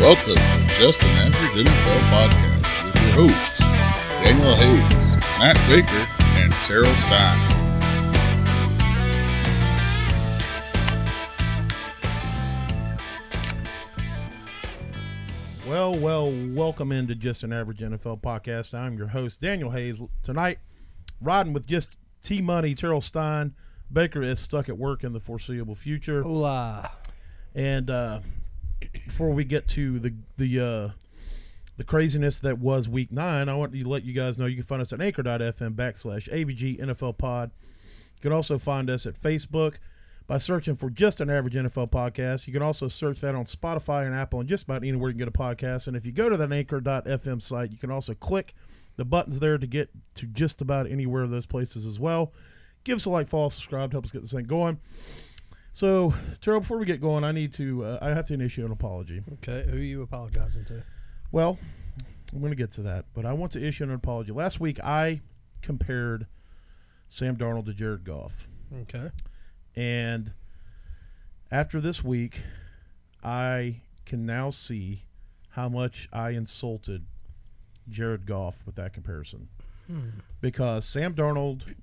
Welcome to Just an Average NFL Podcast with your hosts, Daniel Hayes, Matt Baker, and Terrell Stein. Well, well, welcome into Just an Average NFL podcast. I'm your host, Daniel Hayes. Tonight, riding with just T Money, Terrell Stein. Baker is stuck at work in the foreseeable future. Hola. And uh, before we get to the the uh, the craziness that was Week Nine, I want to let you guys know you can find us at Anchor.fm backslash AVG NFL Pod. You can also find us at Facebook by searching for Just an Average NFL Podcast. You can also search that on Spotify and Apple and just about anywhere you can get a podcast. And if you go to that Anchor.fm site, you can also click the buttons there to get to just about anywhere of those places as well. Give us a like, follow, subscribe, to help us get this thing going. So, Terrell, before we get going, I need to uh, I have to initiate an apology. Okay, who are you apologizing to? Well, I'm going to get to that, but I want to issue an apology. Last week, I compared Sam Darnold to Jared Goff, Okay. and after this week, I can now see how much I insulted Jared Goff with that comparison, because Sam Darnold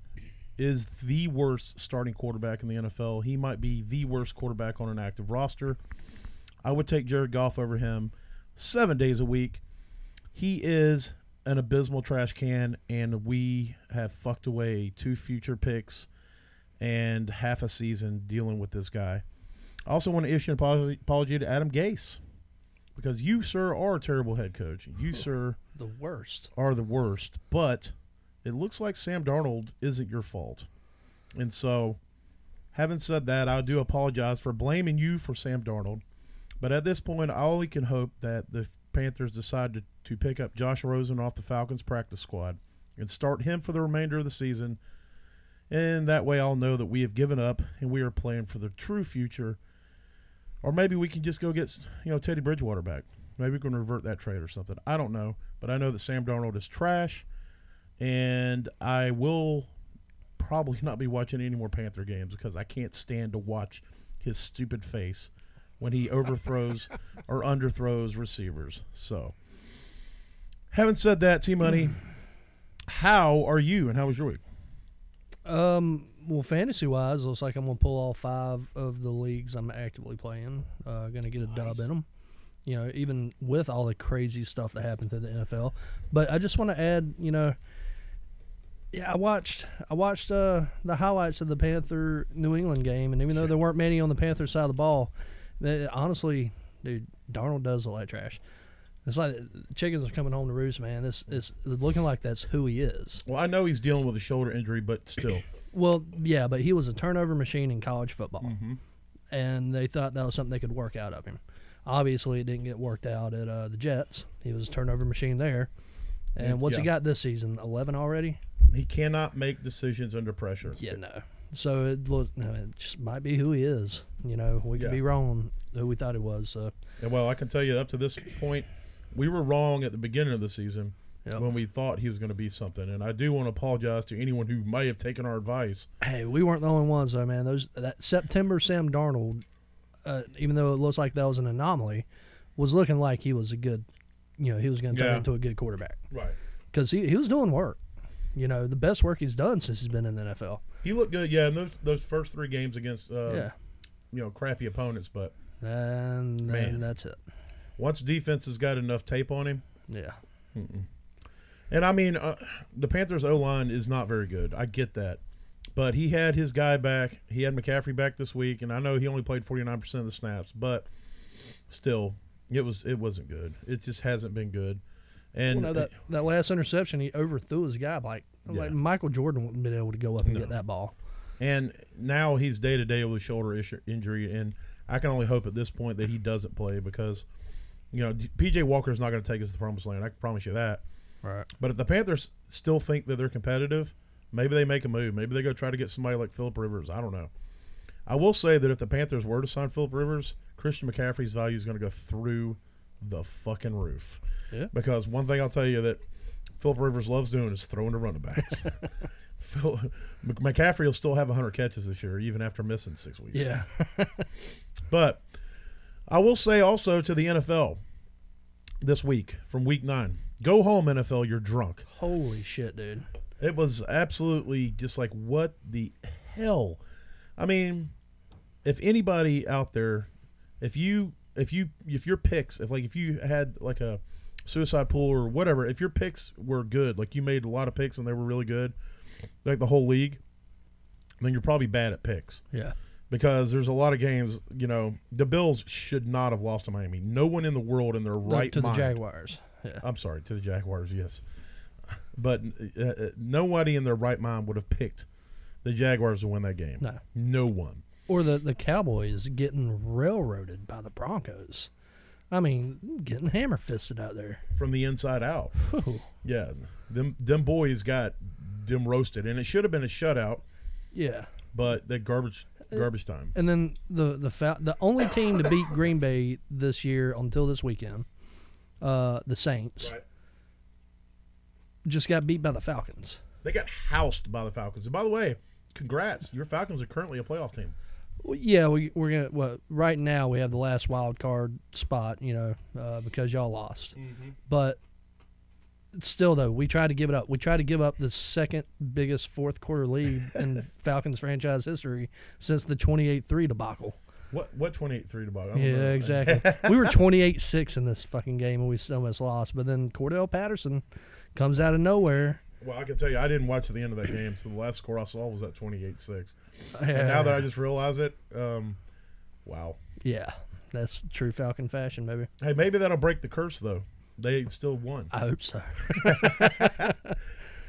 is the worst starting quarterback in the NFL. He might be the worst quarterback on an active roster. I would take Jared Goff over him seven days a week. He is an abysmal trash can, and we have fucked away two future picks and half a season dealing with this guy. I also want to issue an apology, apology to Adam Gase because you, sir, are a terrible head coach. You, sir, The worst. are the worst, but it looks like Sam Darnold isn't your fault. And so, having said that, I do apologize for blaming you for Sam Darnold. But at this point, I only can hope that the Panthers decide to, to pick up Josh Rosen off the Falcons practice squad and start him for the remainder of the season. And that way, I'll know that we have given up and we are playing for the true future. Or maybe we can just go get you know Teddy Bridgewater back. Maybe we can revert that trade or something. I don't know, but I know that Sam Darnold is trash, and I will probably not be watching any more Panther games because I can't stand to watch his stupid face when he overthrows or underthrows receivers. So, having said that, T Money, how are you and how was your week? Um, well, fantasy wise, looks like I'm gonna pull all five of the leagues I'm actively playing. Uh, gonna get a dub in them. You know, even with all the crazy stuff that happened through the NFL. But I just want to add, you know, yeah, I watched I watched uh, the highlights of the Panther New England game, and even though there weren't many on the Panther side of the ball, they, honestly, dude, Darnold does look like trash. It's like the chickens are coming home to roost, man. This is looking like that's who he is. Well, I know he's dealing with a shoulder injury, but still, Well, yeah, but he was a turnover machine in college football, Mm-hmm. and they thought that was something they could work out of him. Obviously, it didn't get worked out at uh, the Jets. He was a turnover machine there, and what's he yeah. got this season? Eleven already? he cannot make decisions under pressure. Yeah, no. So it look, no, it just might be who he is. You know, we could Yeah. be wrong who we thought it was. So And well, I can tell you up to this point, we were wrong at the beginning of the season Yep. when we thought he was going to be something. And I do want to apologize to anyone who may have taken our advice. hey, we weren't the only ones though, man. Those that September Sam Darnold, uh, even though it looks like that was an anomaly, was looking like he was a good, you know, he was going to turn Yeah. into a good quarterback. Right. because he, he was doing work. You know, the best work he's done since he's been in the NFL. He looked good, yeah. In those those first three games against, uh, yeah. you know, crappy opponents, but And Man. then that's it. once defense has got enough tape on him, Yeah. And I mean, uh, the Panthers' O line is not very good. I get that, but he had his guy back. He had McCaffrey back this week, and I know he only played forty nine percent of the snaps, but still, it was it wasn't good. It just hasn't been good. And Well, no, that, that last interception, he overthrew his guy. Like, Yeah. like Michael Jordan wouldn't have been able to go up and get that ball. and now he's day to day with a shoulder issue, injury, and I can only hope at this point that he doesn't play because, you know, D- PJ Walker is not going to take us to the promised land. I can promise you that. Right. But if the Panthers still think that they're competitive, maybe they make a move. Maybe they go try to get somebody like Philip Rivers. I don't know. I will say that if the Panthers were to sign Philip Rivers, Christian McCaffrey's value is going to go through the fucking roof. Yeah. Because one thing I'll tell you that Philip Rivers loves doing is throwing to running backs. Phil, Mc- McCaffrey will still have 100 catches this year, even after missing six weeks. Yeah. But I will say also to the NFL, this week from week nine. Go home, NFL. You're drunk. Holy shit, dude. It was absolutely just like, what the hell? I mean, if anybody out there, if you, if you, if your picks, if like, if you had like a suicide pool or whatever, if your picks were good, like you made a lot of picks and they were really good, like the whole league, then you're probably bad at picks Yeah. because there's a lot of games, you know, the Bills should not have lost to Miami. No one in the world in their right to mind. the Jaguars. Yeah. I'm sorry, to the Jaguars, yes. But uh, uh, nobody in their right mind would have picked the Jaguars to win that game. No. No one. Or the, the Cowboys getting railroaded by the Broncos. I mean, getting hammer fisted out there. From the inside out. Whew. Yeah. Them them boys got them roasted and it should have been a shutout, Yeah. but that garbage Uh, garbage time. And then the the fa- the only team to beat Green Bay this year until this weekend, uh, the Saints, Right. just got beat by the Falcons. They got housed by the Falcons. And by the way, congrats. Your Falcons are currently a playoff team. Well, yeah, we, we're gonna. Well, right now we have the last wild card spot, you know, uh, because y'all lost. But still, though, we tried to give it up. We tried to give up the second biggest fourth quarter lead in Falcons franchise history since the twenty eight three debacle. What what 28-3 to Bob? Yeah, exactly. we were 28 6 in this fucking game and we still almost lost. But then Cordell Patterson comes out of nowhere. Well, I can tell you, I didn't watch the end of that game, so the last score I saw was at 28-6. And now that I just realize it, um, wow. Yeah, that's true Falcon fashion, baby. Hey, maybe that'll break the curse, though. They still won. I hope so.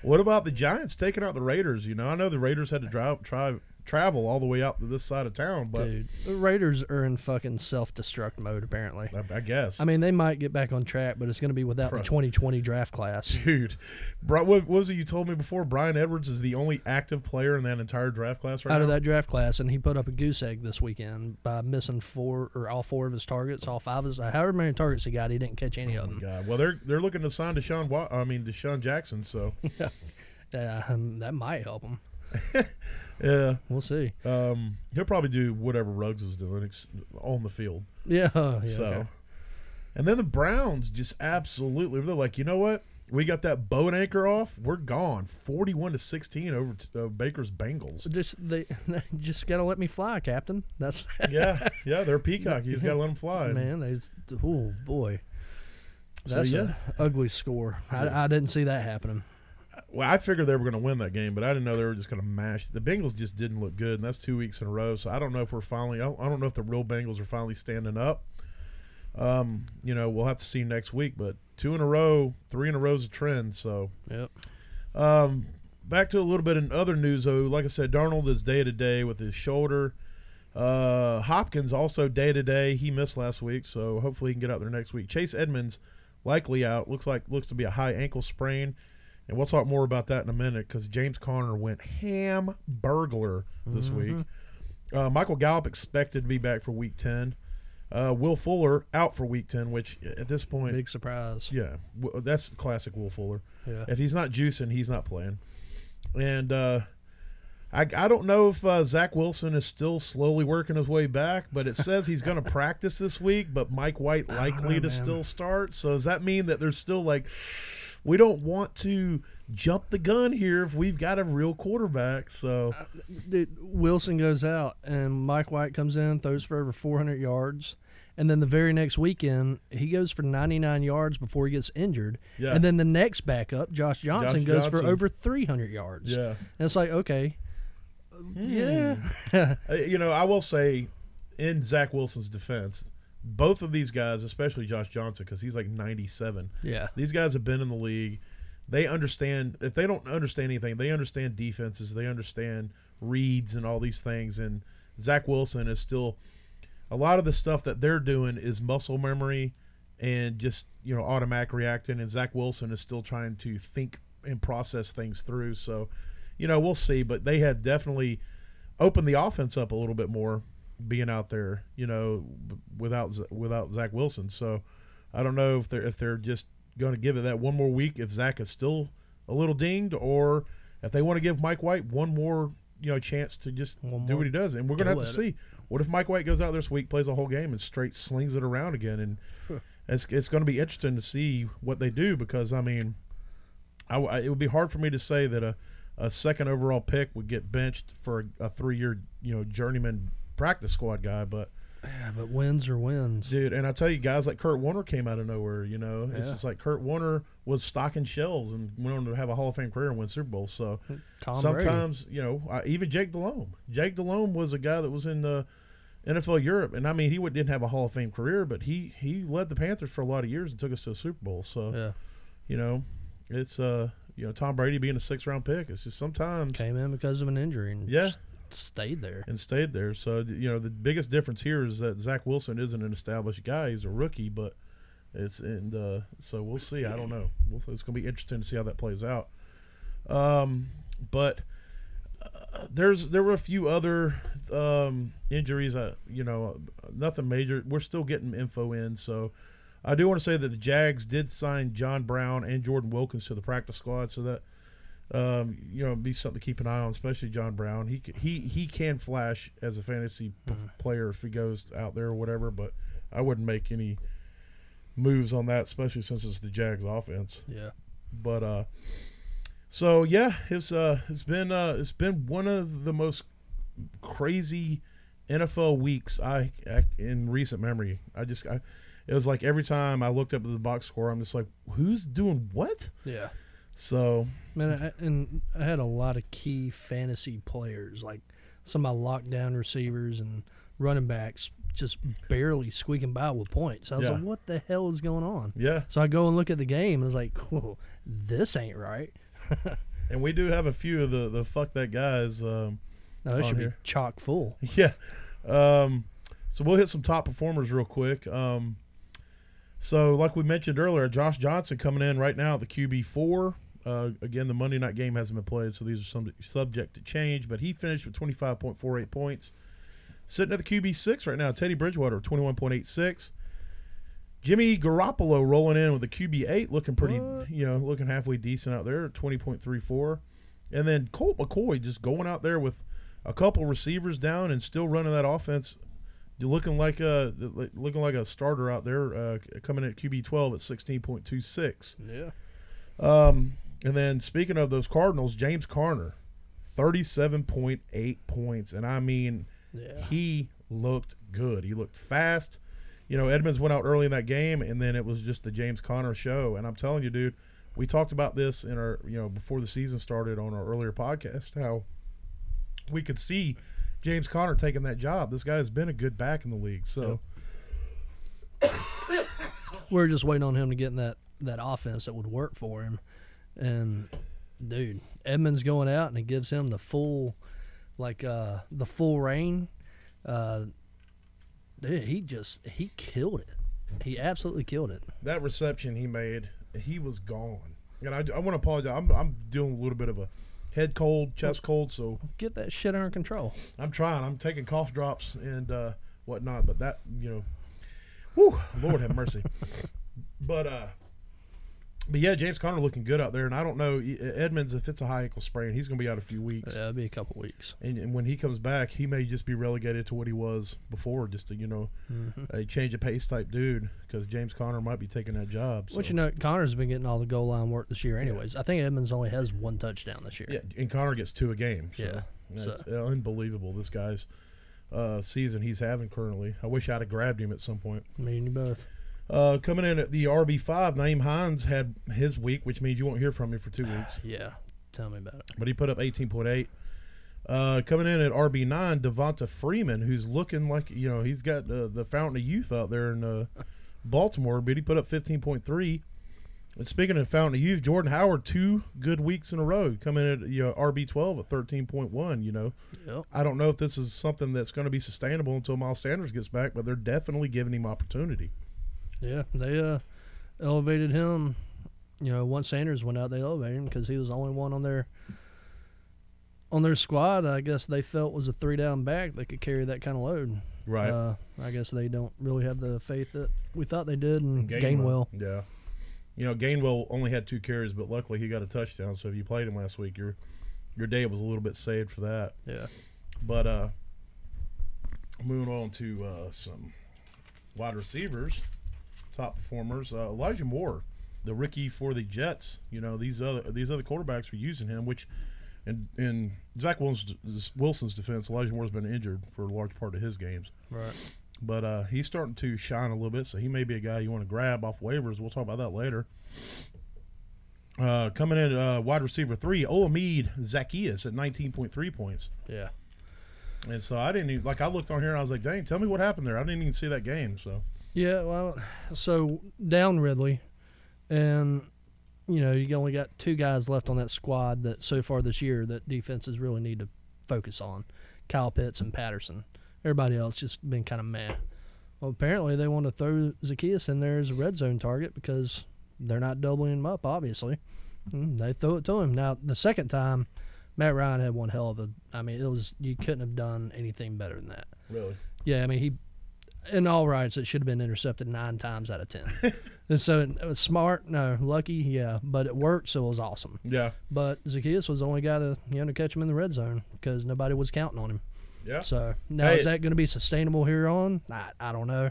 What about the Giants taking out the Raiders? You know, I know the Raiders had to drive, drive travel all the way out to this side of town, but Dude, the Raiders are in fucking self destruct mode, apparently. I, I guess. I mean, they might get back on track, but it's going to be without Bro. the 2020 draft class. Dude, Bri- what, what was it you told me before? Brian Edwards is the only active player in that entire draft class right Out now. of that draft class, and he put up a goose egg this weekend by missing four or all four of his targets, all five of his, however many targets he got, he didn't catch any of them. Oh God. Well, they're they're looking to sign Deshaun. Wa- I mean Deshaun Jackson. So Yeah, um, that might help him. yeah, We'll see. um, he'll probably do whatever Ruggs is doing ex- on the field. Yeah. yeah, so, okay. and then the Browns just absolutely they're like, you know what? We got that bow and anchor off. We're gone, forty-one to sixteen over to, uh, Baker's Bengals. just they just gotta let me fly, Captain. That's yeah, yeah, they're peacock. You just gotta let them fly. man. They, just- oh boy, So, that's yeah. a ugly score. I, I didn't see that happening. Well, I figured they were going to win that game, but I didn't know they were just going to mash. The Bengals just didn't look good, and that's two weeks in a row. So I don't know if we're finally. I don't, I don't know if the real Bengals are finally standing up. Um, you know, we'll have to see next week. But two in a row, three in a row is a trend. So Yep. Um, back to a little bit in other news, though. Like I said, Darnold is day to day with his shoulder. Uh, Hopkins also day to day. He missed last week, so hopefully he can get out there next week. Chase Edmonds likely out. Looks like looks to be a high ankle sprain, and we'll talk more about that in a minute because James Conner went ham burglar this week. Uh, Michael Gallup expected to be back for Week Ten. Uh, Will Fuller out for Week Ten, which at this point, Big surprise. yeah, w- that's classic Will Fuller. Yeah. If he's not juicing, he's not playing. And uh, I, I don't know if uh, Zach Wilson is still slowly working his way back, but it says he's going to practice this week. But Mike White don't likely know, to man. still start. So does that mean that there's still like we don't want to jump the gun here if we've got a real quarterback? So Uh, Dude, Wilson goes out and Mike White comes in, throws for over 400 yards, and then the very next weekend he goes for 99 yards before he gets injured, Yeah. and then the next backup, Josh Josh Johnson, goes for Johnson. over 300 yards. yeah, And it's like, okay, yeah, Uh, you know I will say in Zach Wilson's defense, both of these guys, especially Josh Johnson, because he's like 97. yeah, These guys have been in the league. They understand if they don't understand anything, they understand defenses, they understand reads and all these things. And Zach Wilson is still a lot of the stuff that they're doing is muscle memory and just you know automatic reacting. And Zach Wilson is still trying to think and process things through. So you know we'll see, but they have definitely opened the offense up a little bit more being out there. You know b- without Z- without Zach Wilson. So I don't know if they're if they're just going to give it that one more week if Zach is still a little dinged, or if they want to give Mike White one more you know chance to just One do more what he does, and we're going to go have to at it. see. What if Mike White goes out this week, plays a whole game, and straight slings it around again, and it's it's going to be interesting to see what they do because I mean, I, w- I- it would be hard for me to say that a, a second overall pick would get benched for a, a three year you know journeyman practice squad guy, but Yeah, but wins are wins. dude, and I tell you guys like Kurt Warner came out of nowhere. You know, it's Yeah. just like Kurt Warner was stocking shelves and went on to have a Hall of Fame career and win Super Bowls. So Tom Brady. sometimes you know I, even Jake Delhomme. Jake Delhomme was a guy that was in the NFL Europe, and I mean he would- didn't have a Hall of Fame career, but he he led the Panthers for a lot of years and took us to a Super Bowl. So Yeah, you know, it's uh you know Tom Brady being a six round pick. It's just sometimes came in because of an injury and Yeah. s- stayed there. and stayed there. So th- you know the biggest difference here is that Zach Wilson isn't an established guy; he's a rookie, but. It's and uh, so we'll see. I don't know. We'll, it's going to be interesting to see how that plays out. Um, but uh, there's there were a few other um, injuries. Uh, you know, nothing major. We're still getting info in, so I do want to say that the Jags did sign John Brown and Jordan Wilkins to the practice squad, so that um, you know be something to keep an eye on, especially John Brown. He c- he he can flash as a fantasy p- player if he goes out there or whatever, but I wouldn't make any moves on that, especially since it's the Jags offense. Yeah, But uh so yeah, it's uh it's been uh it's been one of the most crazy NFL weeks I, I in recent memory. I just I it was like every time I looked up at the box score, I'm just like, who's doing what? yeah. So Man, I, and I had a lot of key fantasy players, like some of my lockdown receivers and running backs, just barely squeaking by with points. I was Yeah. like, "What the hell is going on?" yeah, So I go and look at the game, and I was like, "Whoa, this ain't right." and we do have a few of the the fuck that guys. Um, No, On it should here. be chock full. yeah. Um, so we'll hit some top performers real quick. Um, so like we mentioned earlier, Josh Johnson coming in right now at the QB four. Uh, again, the Monday night game hasn't been played, so these are some subject to change. But he finished with twenty five point four eight points. Sitting at the QB six right now, Teddy Bridgewater twenty one point eight six. Jimmy Garoppolo rolling in with a QB eight, looking pretty, What? you know, looking halfway decent out there, twenty point three four, and then Colt McCoy just going out there with a couple receivers down and still running that offense, You're looking like a looking like a starter out there, uh, coming at QB twelve at sixteen point two six. Yeah. Um, and then speaking of those Cardinals, James Carner, thirty seven point eight points, and I mean Yeah. he looked good. He looked fast. You know, Edmonds went out early in that game, and then it was just the James Conner show. And I'm telling you, dude, we talked about this in our, you know, before the season started on our earlier podcast, how we could see James Conner taking that job. This guy has been a good back in the league. So, We are just waiting on him to get in that, that offense that would work for him. And dude, Edmonds going out and it gives him the full like uh the full reign. Uh dude, he just he killed it. He absolutely killed it. that reception he made, he was gone. And I, I want to apologize. I'm, I'm dealing with a little bit of a head cold, chest cold. So, Get that shit under control. I'm trying. I'm taking cough drops and uh, whatnot, but that you know, whew, Lord have mercy. but uh, but yeah, James Conner looking good out there, and I don't know E- Edmonds if it's a high ankle sprain, he's going to be out a few weeks, Yeah, it'll be a couple weeks. and, and when he comes back, he may just be relegated to what he was before, just a, you know, Mm-hmm. a change of pace type dude, because James Conner might be taking that job. So. Which you know, Connor's been getting all the goal line work this year anyways. I think Edmonds only has one touchdown this year. Yeah, and Connor gets two a game. So Yeah, That's unbelievable. This guy's uh, season he's having currently. I wish I'd have grabbed him at some point. Me and you both. Uh, coming in at the RB5, Naeem Hines had his week, which means you won't hear from him for two weeks. Yeah. Tell me about it. But he put up 18.8. Uh, coming in at RB9, Devonta Freeman, who's looking like, you know, he's got uh, the fountain of youth out there in uh, Baltimore, but he put up 15.3. And speaking of fountain of youth, Jordan Howard, two good weeks in a row, coming in at you know, RB12 at 13.1, you know. Yep. I don't know if this is something that's going to be sustainable until Miles Sanders gets back, but they're definitely giving him opportunity. Yeah, they uh, elevated him. You know, once Sanders went out, they elevated him because he was the only one on their on their squad. I guess they felt was a three down back that could carry that kind of load. Right. Uh, I guess they don't really have the faith that we thought they did in Gainwell. Gainwell. Yeah. You know, Gainwell only had two carries, but luckily he got a touchdown. So if you played him last week, your your day was a little bit saved for that. Yeah. But uh moving on to uh some wide receivers. top performers. Uh, Elijah Moore, the rookie for the Jets. You know these other these other quarterbacks are using him, which. In, in Zach Wilson's, Wilson's defense, Elijah Moore's been injured for a large part of his games Right. but uh, he's starting to shine a little bit, so he may be a guy you want to grab off waivers. We'll talk about that later. Uh, coming in uh, wide receiver three, Olamide Zacchaeus at 19.3 points. Yeah. And so I didn't even, like, I looked on here and I was like, dang, tell me what happened there. I didn't even see that game. So, Yeah, well, so down Ridley, and you know you only got two guys left on that squad that so far this year that defenses really need to focus on, Kyle Pitts and Patterson. Everybody else just been kind of meh. Well, apparently they want to throw Zacchaeus in there as a red zone target because they're not doubling him up. Obviously, Mm, they throw it to him. Now the second time, Matt Ryan had one hell of a. I mean, it was you couldn't have done anything better than that. really? Yeah, I mean he, in all rights, it should have been intercepted nine times out of ten. and so it was smart, no, lucky, yeah, but it worked, so it was awesome. Yeah. But Zacchaeus was the only guy to you know to catch him in the red zone because nobody was counting on him. Yeah. So now Hey. is that going to be sustainable here on? I, I don't know.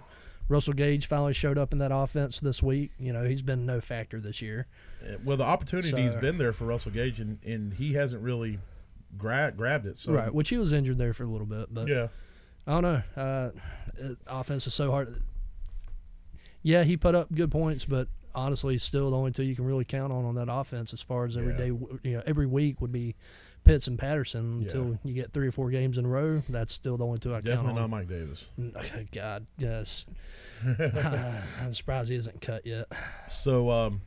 Russell Gage finally showed up in that offense this week. You know he's been no factor this year. Uh, Well, the opportunity's So- been there for Russell Gage, and, and he hasn't really gra- grabbed it. So, right, which he was injured there for a little bit, but Yeah. I don't know. Uh, it- offense is so hard. Yeah, he put up good points, but honestly, still the only two you can really count on on that offense, as far as every Yeah. day, w you know, every week would be Pitts and Patterson. Yeah. Until you get three or four games in a row, that's still the only two I Definitely not count Mike Davis. on. Not. God, yes. I'm surprised he isn't cut yet. So, um,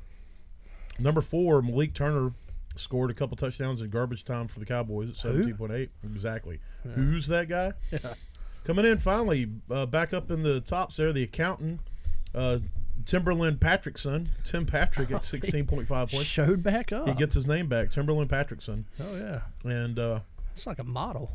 number four, Malik Turner scored a couple touchdowns in garbage time for the Cowboys at Who? seventeen point eight. Exactly. Who's that guy? Coming in finally, uh, back up in the tops there, the accountant, uh, Timberland Patrickson, Tim Patrick at sixteen point five points. Showed back up. He gets his name back, Timberland Patrickson, oh yeah, and uh, it's like a model.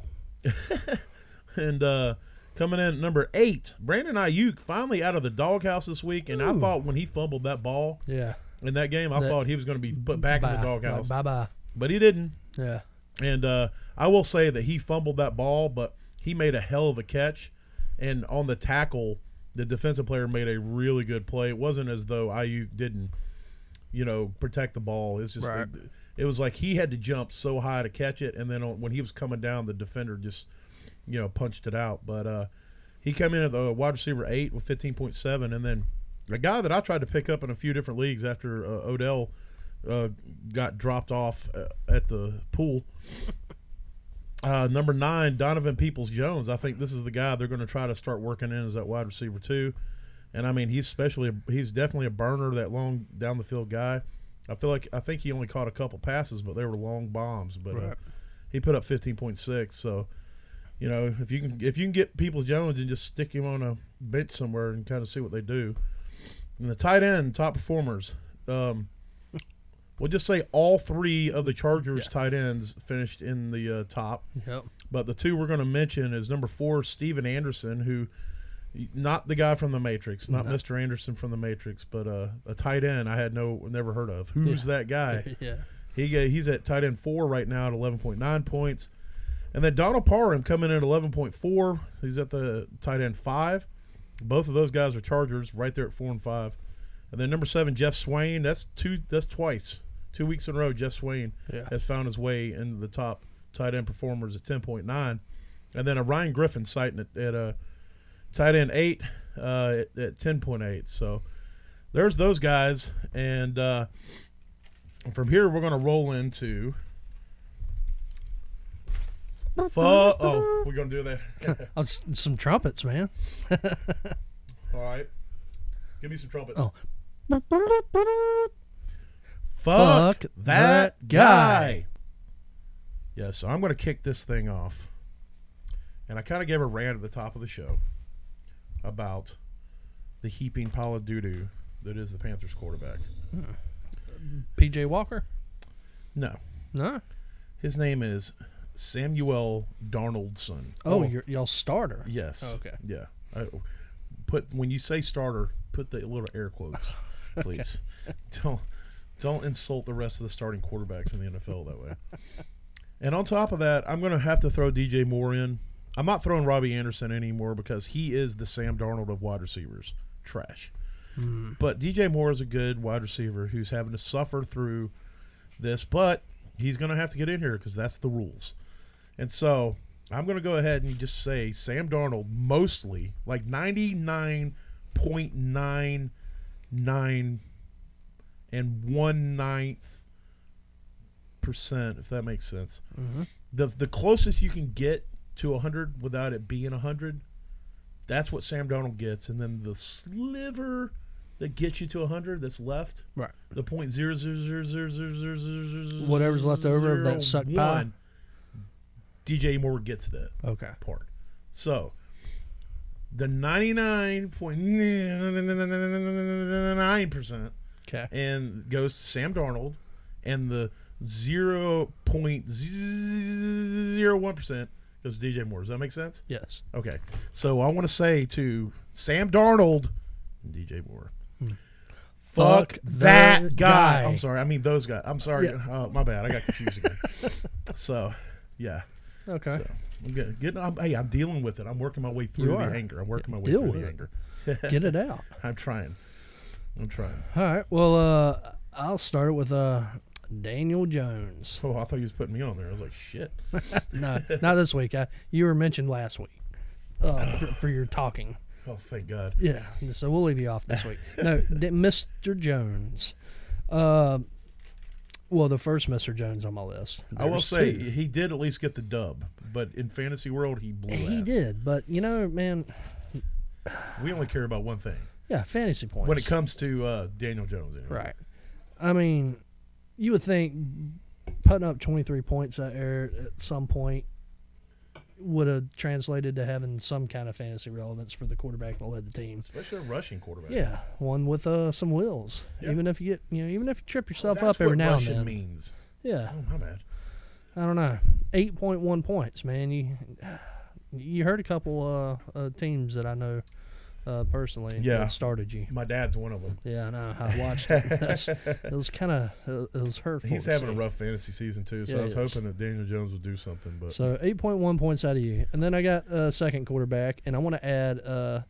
and uh, coming in at number eight, Brandon Ayuk finally out of the doghouse this week. And I Ooh. thought when he fumbled that ball Yeah. in that game, I That- thought he was going to be put back in the doghouse, Bye bye. but he didn't. Yeah. And uh, I will say that he fumbled that ball, but he made a hell of a catch. And on the tackle, the defensive player made a really good play. It wasn't as though IU didn't, you know, protect the ball. It's just Right. it was like he had to jump so high to catch it, and then on, when he was coming down, the defender just, you know, punched it out. But uh, he came in at the wide receiver eight with fifteen point seven, and then a guy that I tried to pick up in a few different leagues after uh, Odell uh, got dropped off uh, at the pool. Uh, number nine, Donovan Peoples Jones. I think this is the guy they're going to try to start working in as that wide receiver too. And I mean, he's especially he's definitely a burner, that long down the field guy. I feel like I think he only caught a couple passes, but they were long bombs. But uh, Right. he put up fifteen point six. So you know, if you can if you can get Peoples Jones and just stick him on a bench somewhere and kind of see what they do. And the tight end top performers. Um, we'll just say all three of the Chargers Yeah. tight ends finished in the uh, top. Yep. But the two we're going to mention is number four, Steven Anderson, who not the guy from the Matrix, not No. Mr. Anderson from the Matrix, but uh, a tight end I had no never heard of. Who's that guy? yeah. He ga- he's at tight end four right now at eleven point nine points, and then Donald Parham coming in at eleven point four. He's at the tight end five. Both of those guys are Chargers, right there at four and five. And then number seven, Jeff Swain. That's two. That's twice, two weeks in a row. Jeff Swain Yeah. has found his way into the top tight end performers at ten point nine, and then a Ryan Griffin sighting at, at a tight end eight uh, at, at ten point eight. So there's those guys, and uh, from here we're gonna roll into. Fu- oh, we're gonna do that. Oh, s- some trumpets, man. All right, give me some trumpets. Oh. Fuck, Fuck that, that guy. Yeah, so I'm going to kick this thing off. And I kind of gave a rant at the top of the show about the heaping pile of doo doo that is the Panthers quarterback. PJ Walker? No, No. his name is Samuel Darnoldson. Oh, Your, y'all starter. yes. Oh, okay. Yeah. I, put when you say starter, put the little air quotes, please. Don't don't insult the rest of the starting quarterbacks in the NFL that way. And on top of that, I'm going to have to throw DJ Moore in. I'm not throwing Robbie Anderson anymore because he is the Sam Darnold of wide receivers. Trash. Mm. But DJ Moore is a good wide receiver who's having to suffer through this, but he's going to have to get in here because that's the rules. And so I'm going to go ahead and just say Sam Darnold mostly, like 99.99 and one ninth percent, if that makes sense. Mhm. The the closest you can get to 100 without it being 100, that's what Sam Darnold gets. And then the sliver that gets you to 100 that's left, Right. the point zero zero zero zero zero zero zero zero zero Whatever's left over of that zero suck pie. one, DJ Moore gets that Okay. part. So the 99.9 percent Okay. and goes to Sam Darnold, and the zero point zero one percent goes to DJ Moore. Does that make sense? Yes. Okay. So I want to say to Sam Darnold and DJ Moore. Fuck, Fuck that that guy. guy. I'm sorry. I mean those guys. I'm sorry. Yeah. Uh, my bad. I got confused again. so, yeah. Okay. So I'm good. Getting, I'm, hey, I'm dealing with it. I'm working my way through You the are. anger. I'm working my way Deal through with the it. anger. Get it out. I'm trying. I'm trying. All right. Well, uh, I'll start with uh, Daniel Jones. Oh, I thought you was putting me on there. I was like, shit. No, not this week. I, you were mentioned last week uh, for, for your talking. Oh, thank God. Yeah. So we'll leave you off this week. No, D- Mr. Jones. Uh, well, the first Mr. Jones on my list. I will There's say two. he did at least get the dub, but in fantasy world he blew. he ass. did, but you know, man, We only care about one thing yeah, fantasy points. when it comes to uh, Daniel Jones. Anyway. Right. I mean, you would think putting up 23 points at, air at some point would have translated to having some kind of fantasy relevance for the quarterback that led the team. Especially a rushing quarterback. Yeah, one with uh, some wheels. Yeah. Even if you get, you know, even if you trip yourself That's up every what now and rushing then. means. Yeah, Oh my bad. I don't know. 8.1 points, man. You you heard a couple uh, uh teams that I know uh, personally Yeah. that started you. My dad's one of them. Yeah, I know. I watched it. That's- it was kind of it was hurtful. He's to having a see. rough fantasy season too, so Yeah, I was he is. hoping that Daniel Jones would do something. But So 8.1 points out of you. And then I got a second quarterback, and I want to add uh,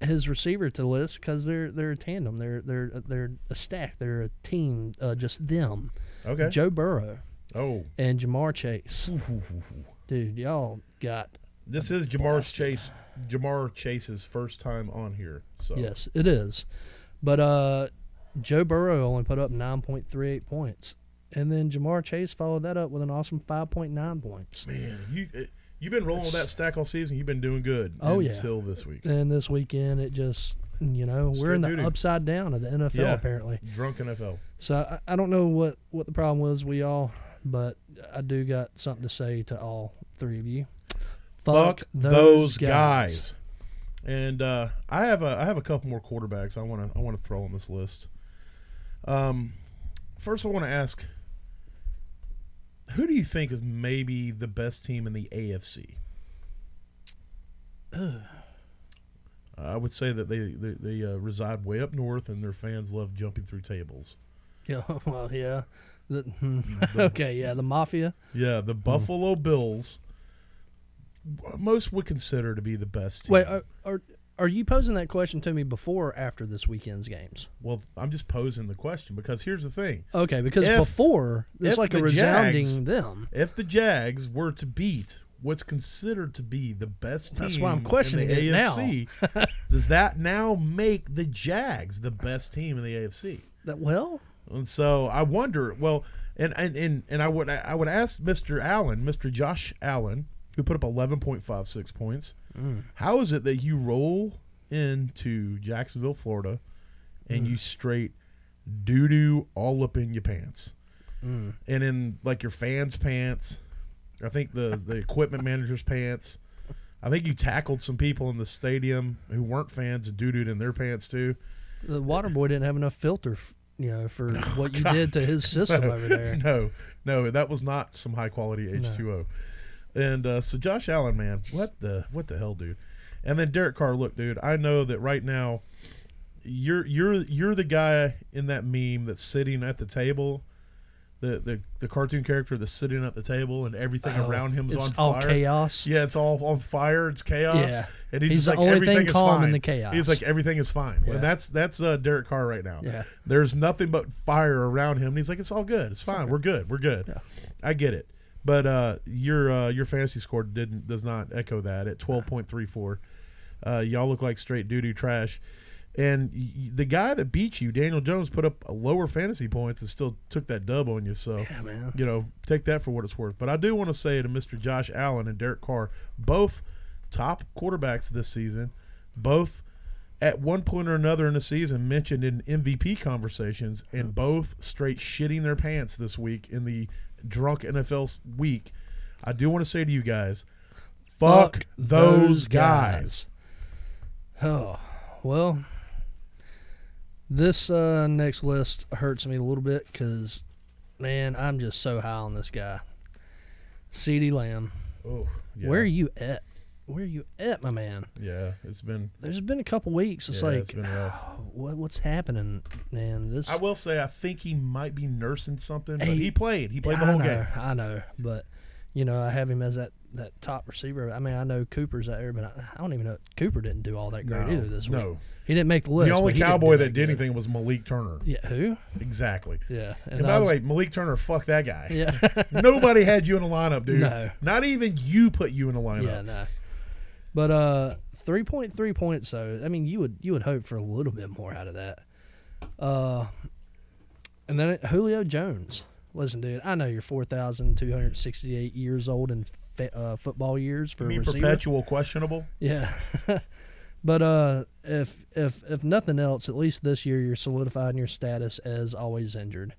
his receiver to the list because they're they're a tandem. They're they're they're a stack. They're a team. Uh, just them. okay. Joe Burrow oh, and Jamar Chase. Dude, y'all got this is Jamar Chase. Jamar Chase's first time on here. So yes, it is. But uh, Joe Burrow only put up 9.38 points, and then Jamar Chase followed that up with an awesome 5.9 points. man, you eh, you've been rolling with that stack all season. You've been doing good. Oh, yeah. Until this week, And this weekend, it just, you know, we're in Straight the duty. upside down of the NFL, Yeah. apparently. drunk NFL. So I, I don't know what, what the problem was, we all, but I do got something to say to all three of you. fuck those guys. And uh, I have a I have a couple more quarterbacks I want to I want to throw on this list. Um, first I want to ask, who do you think is maybe the best team in the AFC? I would say that they they, they uh, reside way up north, and their fans love jumping through tables. Yeah, well, yeah. The- hmm. okay, yeah, the Mafia. Yeah, the Buffalo Bills. Most would consider to be the best team. Wait, are, are, are you posing that question to me before or after this weekend's games? Well, I'm just posing the question because here's the thing: Okay, because If- before, there's if like a the resounding Jags- them. if the Jags were to beat what's considered to be the best team, That's why I'm in the questioning it now. AFC, does that now make the Jags the best team in the AFC? That, well, And so I wonder. Well, and and and, and I would I would ask Mr. Allen, Mr. Josh Allen, who put up 11.56 points. How is it that you roll into Jacksonville, Florida, and you straight doo doo all up in your pants, and in like your fans' pants? I think the the equipment manager's pants. I think you tackled some people in the stadium who weren't fans and doo dooed in their pants too. the water boy didn't have enough filter, f- you know, for Oh, what you did to his system over there. No, no, that was not some high quality H two O. And uh, so Josh Allen, man, what the what the hell, dude? And then Derek Carr, look, dude, I know that right now, you're you're you're the guy in that meme that's sitting at the table the, the the cartoon character that's sitting at the table and everything Oh, around him is it's on all fire. chaos. Yeah, it's all on fire. It's chaos. Yeah. and he's, He's just like the only thing everything is calm in fine. the chaos. He's like everything is fine. Yeah. And that's that's uh, Derek Carr right now. Yeah. there's nothing but fire around him, and he's like, "It's all good. It's fine. We're good. We're good." Yeah. I get it, but uh, your uh, your fantasy score didn't does not echo that at twelve point three four. Uh, y'all look like straight doo doo trash. And y- y- the guy that beat you, Daniel Jones, put up a lower fantasy points and still took that dub on you. So Yeah, man. you know, take that for what it's worth. But I do want to say to Mr. Josh Allen and Derek Carr, both top quarterbacks this season, both at one point or another in the season mentioned in MVP conversations, and both straight shitting their pants this week in the drunk NFL s- week. I do want to say to you guys, fuck, Fuck those those guys. guys. Oh, well, this uh, next list hurts me a little bit because, man, I'm just so high on this guy. C.D. Lamb. Oh, yeah, Where are you at? Where are you at, my man? Yeah, it's been. There's been a couple weeks. It's Yeah, like, oh, it's been rough. what, what's happening, man? This I will say, I think he might be nursing something, but Hey, he played. He played the I whole know, game. I know, but you know, I have him as that that top receiver. I mean, I know Cooper's out there, but I, I don't even know Cooper didn't do all that great No, either this week. no. he didn't make the list. the only but he didn't cowboy do that did good. anything was Malik Turner. Yeah, who? Exactly. Yeah, And, I by the was- way, Malik Turner, fuck that guy. yeah, Nobody had you in a lineup, dude. No. Not even you put you in a yeah, lineup. no. But uh, three point three points though. I mean, you would you would hope for a little bit more out of that. Uh, and then it- Julio Jones. Listen, dude, I know you're four thousand two hundred sixty eight years old in fe- uh, football years for I mean, a receiver. perpetual questionable. Yeah. but uh if if if nothing else, at least this year you're solidifying your status as always injured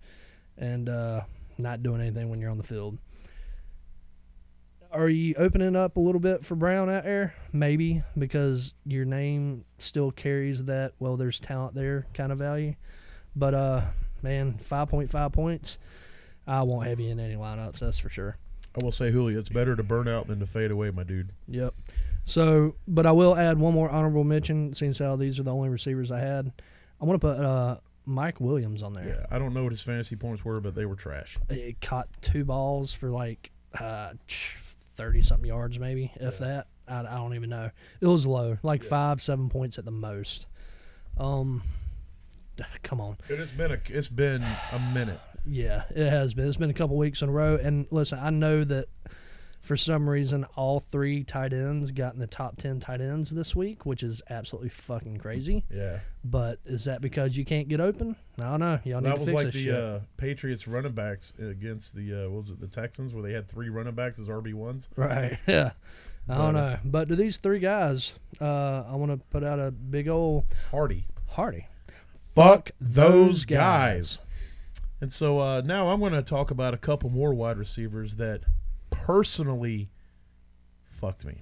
and uh not doing anything when you're on the field. Are you opening up a little bit for Brown out there? Maybe because your name still carries that well there's talent there kind of value. But uh man, 5.5 points. I won't have you in any lineups, that's for sure. I will say, Julio, it's better to burn out than to fade away, my dude. Yep. So, but I will add one more honorable mention since how these are the only receivers I had. I'm going to put uh, Mike Williams on there. Yeah. I don't know what his fantasy points were, but they were trash. It caught two balls for like uh, 30 something yards, maybe, if that. I, I don't even know. It was low, like five, seven points at the most. Um, come on. It has been a, it's been a minute. Yeah, it has been. It's been a couple weeks in a row. And listen, I know that for some reason all three tight ends got in the top 10 tight ends this week, which is absolutely fucking crazy. Yeah. But is that because you can't get open? I don't know. Y'all need That to was fix like this the shit. uh, Patriots running backs against the uh, what was it the Texans where they had three running backs as RB ones. right. Yeah. I But, don't know. But to these three guys, uh, I want to put out a big old Hardy. Hardy. Fuck those guys. And so uh, now I'm going to talk about a couple more wide receivers that personally fucked me.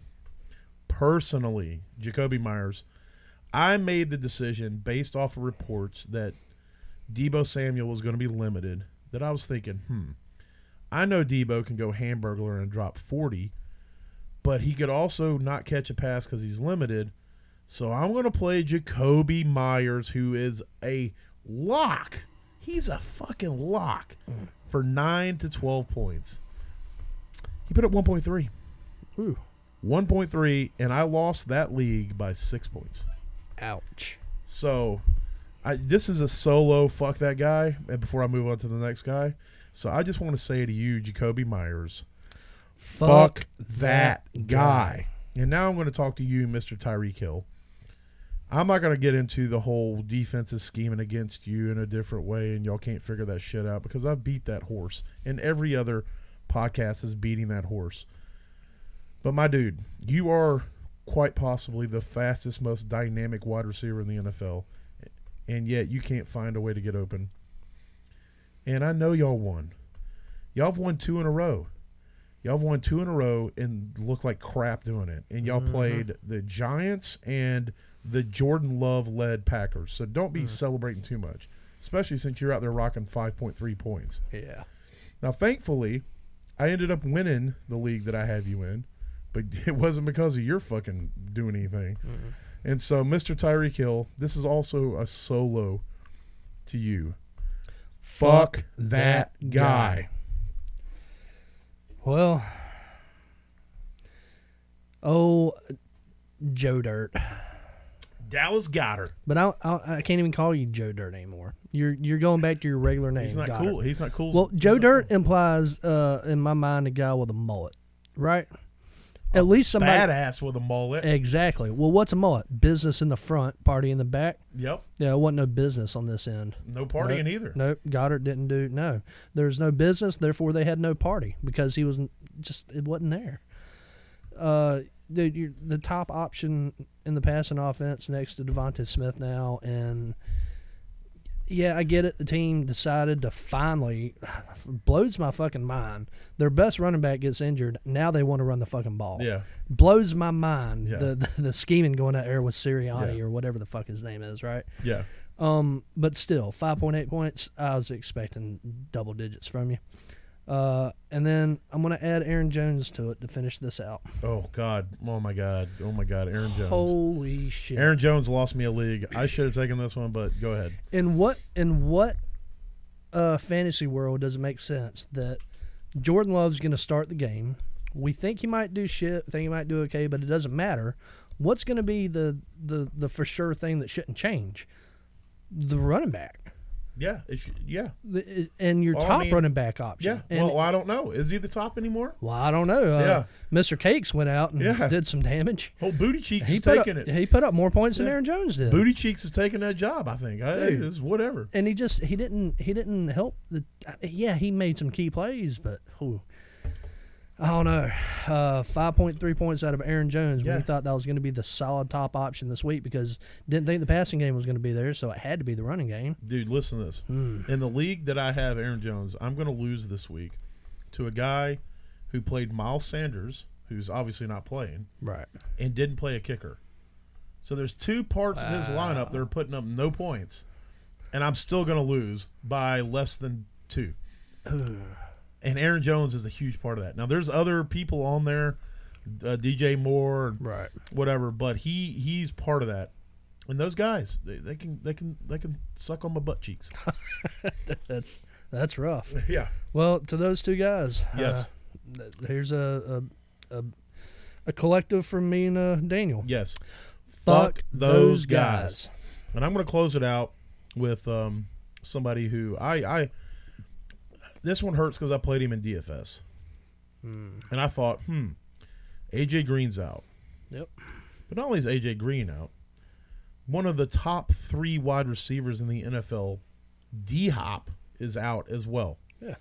Personally, Jacoby Myers. I made the decision based off of reports that Debo Samuel was going to be limited. That I was thinking, hmm, I know Debo can go hamburglar and drop 40, but he could also not catch a pass because he's limited. So I'm going to play Jacoby Myers, who is a lock. He's a fucking lock for 9 to 12 points. He put up 1.3. Ooh. 1.3, and I lost that league by six points. Ouch. So, I, this is a solo fuck that guy. And before I move on to the next guy, so I just want to say to you, Jacoby Myers, fuck that guy. And now I'm going to talk to you, Mr. Tyreek Hill. I'm not going to get into the whole defenses scheming against you in a different way and y'all can't figure that shit out because I've beat that horse and every other podcast is beating that horse. But my dude, you are quite possibly the fastest, most dynamic wide receiver in the NFL, and yet you can't find a way to get open. And I know y'all won. Y'all have won two in a row. Y'all have won two in a row and look like crap doing it. And y'all played the Giants and the Jordan Love led Packers. So don't be celebrating too much, especially since you're out there rocking 5.3 points. Yeah. Now, thankfully, I ended up winning the league that I have you in, but it wasn't because of your fucking doing anything. And so, Mr. Tyreek Hill, this is also a solo to you. Fuck that guy. Well, oh, Joe Dirt. Dallas Goddard. But I, I, I can't even call you Joe Dirt anymore. You're you're going back to your regular name. He's not Goddard. cool. He's not cool. Well, He's Joe not Dirt cool. implies, uh, in my mind, a guy with a mullet, right? At least somebody. badass with a mullet. Exactly. Well, what's a mullet? Business in the front, party in the back. yep. Yeah, it wasn't no business on this end. No partying either. Nope, Goddard didn't do no. There's no business, therefore they had no party because he was n- just it wasn't there. Uh, the you the top option in the passing offense next to Devontae Smith now, and yeah, I get it. The team decided to finally blows my fucking mind. Their best running back gets injured. Now they want to run the fucking ball. Yeah. blows my mind. Yeah. The, the the scheming going out there with Sirianni Yeah. or whatever the fuck his name is, right? Yeah. Um, but still, five point eight points. I was expecting double digits from you. Uh, and then I'm gonna add Aaron Jones to it to finish this out. Oh God. Oh my God. Oh my God. Aaron Jones. Holy shit! Aaron Jones lost me a league. I should have taken this one, but go ahead. in what in what uh, fantasy world does it make sense that Jordan Love's gonna start the game? We think he might do shit. Think he might do okay, but it doesn't matter. What's gonna be the the the for sure thing that shouldn't change? The running back. Yeah. It should, yeah. The, and your Well, I top mean, running back option. Yeah. And well, I don't know. Is he the top anymore? Well, I don't know. Uh, Mr. Cakes went out and Yeah. did some damage. Oh, Booty Cheeks He is put, up, taking it. he put up more points than Yeah. Aaron Jones did. Booty Cheeks is taking that job. I think. I, Dude. it's whatever. And he just he didn't he didn't help the uh, yeah he made some key plays but whew. I don't know uh, five point three points out of Aaron Jones. Yeah. We thought that was going to be the solid top option this week because didn't think the passing game was going to be there, so it had to be the running game. Dude, listen to this. Hmm. In the league that I have, Aaron Jones, I'm going to lose this week to a guy who played Miles Sanders, who's obviously not playing, Right. and didn't play a kicker. So there's two parts of his lineup that are putting up no points, and I'm still going to lose by less than two. and Aaron Jones is a huge part of that. Now there's other people on there, uh, DJ Moore, and Right. whatever, but he he's part of that. And those guys, they, they can they can they can suck on my butt cheeks. That's that's rough. yeah. Well, to those two guys. Yes. uh, th- here's a a, a a collective from me and uh, Daniel. Yes. Fuck, Fuck those those guys. guys. And I'm going to close it out with um, somebody who I, I this one hurts because I played him in DFS, and I thought, hmm, AJ Green's out. Yep. But not only is AJ Green out, one of the top three wide receivers in the NFL, D Hop, is out as well. Yeah.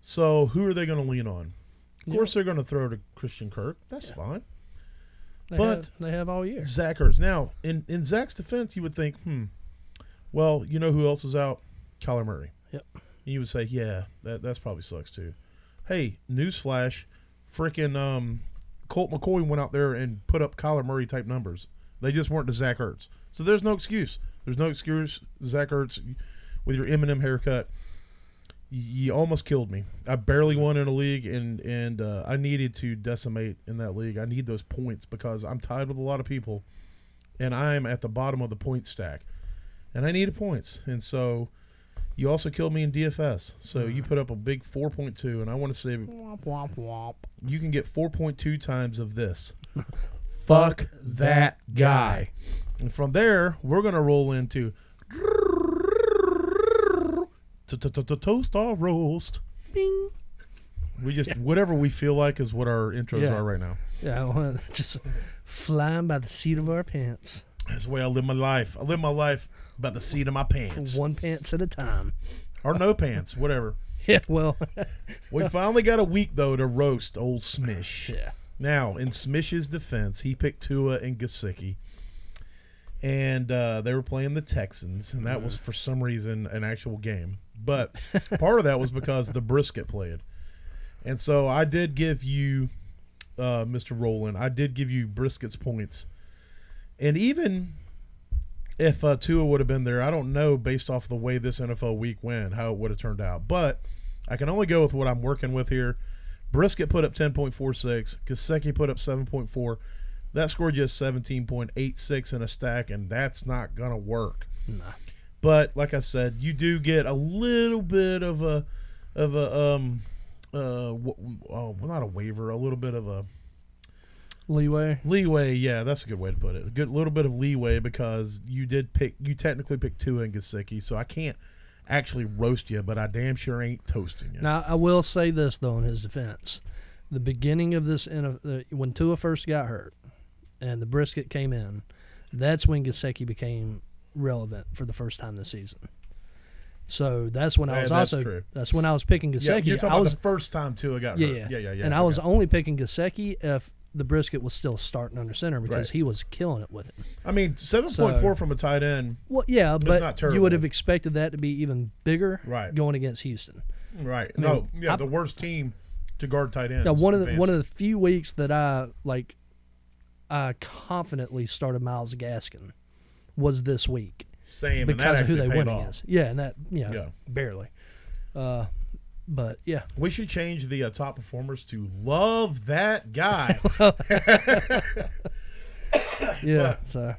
So who are they going to lean on? Of course, they're going to throw to Christian Kirk. That's fine. They But- have- they have all year. Zach Ertz. Now, in, in Zach's defense, you would think, hmm, well, you know who else is out? Kyler Murray. Yep. And you would say, yeah, that that's probably sucks too. Hey, newsflash, freaking um, Colt McCoy went out there and put up Kyler Murray type numbers. They just weren't to Zach Ertz. So there's no excuse. There's no excuse, Zach Ertz, with your Eminem haircut. You you almost killed me. I barely won in a league, and and uh, I needed to decimate in that league. I need those points because I'm tied with a lot of people, and I'm at the bottom of the point stack, and I needed points. And so, you also killed me in DFS. So you put up a big 4.2, and I want to say Womp womp womp. you can get 4.2 times of this. Fuck that guy. And from there, we're going to roll into toast or roast. Bing. We just, whatever we feel like is what our intros Yeah. are right now. Yeah, I wanna just flying by the seat of our pants, That's the way I live my life. I live my life by the seat of my pants one pants at a time. or no pants, whatever. Yeah, well, We finally got a week, though, to roast old Smish. yeah. Now, in Smish's defense, he picked Tua and Gasicki, and uh, they were playing the Texans, and that was for some reason an actual game. But part of that was because the brisket played, and so I did give you, uh, Mr. Roland, I did give you brisket's points, and even if uh, Tua would have been there, I don't know based off the way this NFL week went how it would have turned out, but I can only go with what I'm working with here. Brisket put up 10.46. Kaseki put up 7.4. That scored just 17.86 in a stack, and that's not going to work. But like I said, you do get a little bit of a of a um uh w- oh, well, not a waiver, a little bit of a Leeway. leeway. Yeah, that's a good way to put it. A good little bit of leeway because you did pick you technically picked Tua and Gasicki, so I can't actually roast you, but I damn sure ain't toasting you. Now I will say this though in his defense, the beginning of this NF uh, when Tua first got hurt, and the brisket came in, that's when Gasecki became relevant for the first time this season. So that's when I Yeah, was that's also true. that's when I was picking yeah, Gasecki. you're talking I was about the first time Tua got yeah, hurt. yeah yeah, yeah, yeah. and I okay. was only picking Gasecki if the brisket was still starting under center Right. because he was killing it with it. I mean, seven point four from a tight end, Well, yeah, not but you terrible. would have expected that to be even bigger Right. going against Houston. right? mean, no, yeah, I- the worst team to guard tight ends. Now, one of the in one of fantasy. the few weeks that I like, I confidently started Miles Gaskin was this week same and because that of who they actually paid went off. against. Yeah, and that you know, Yeah. barely. Uh, but yeah, We should change the uh, top performers to love that guy yeah. so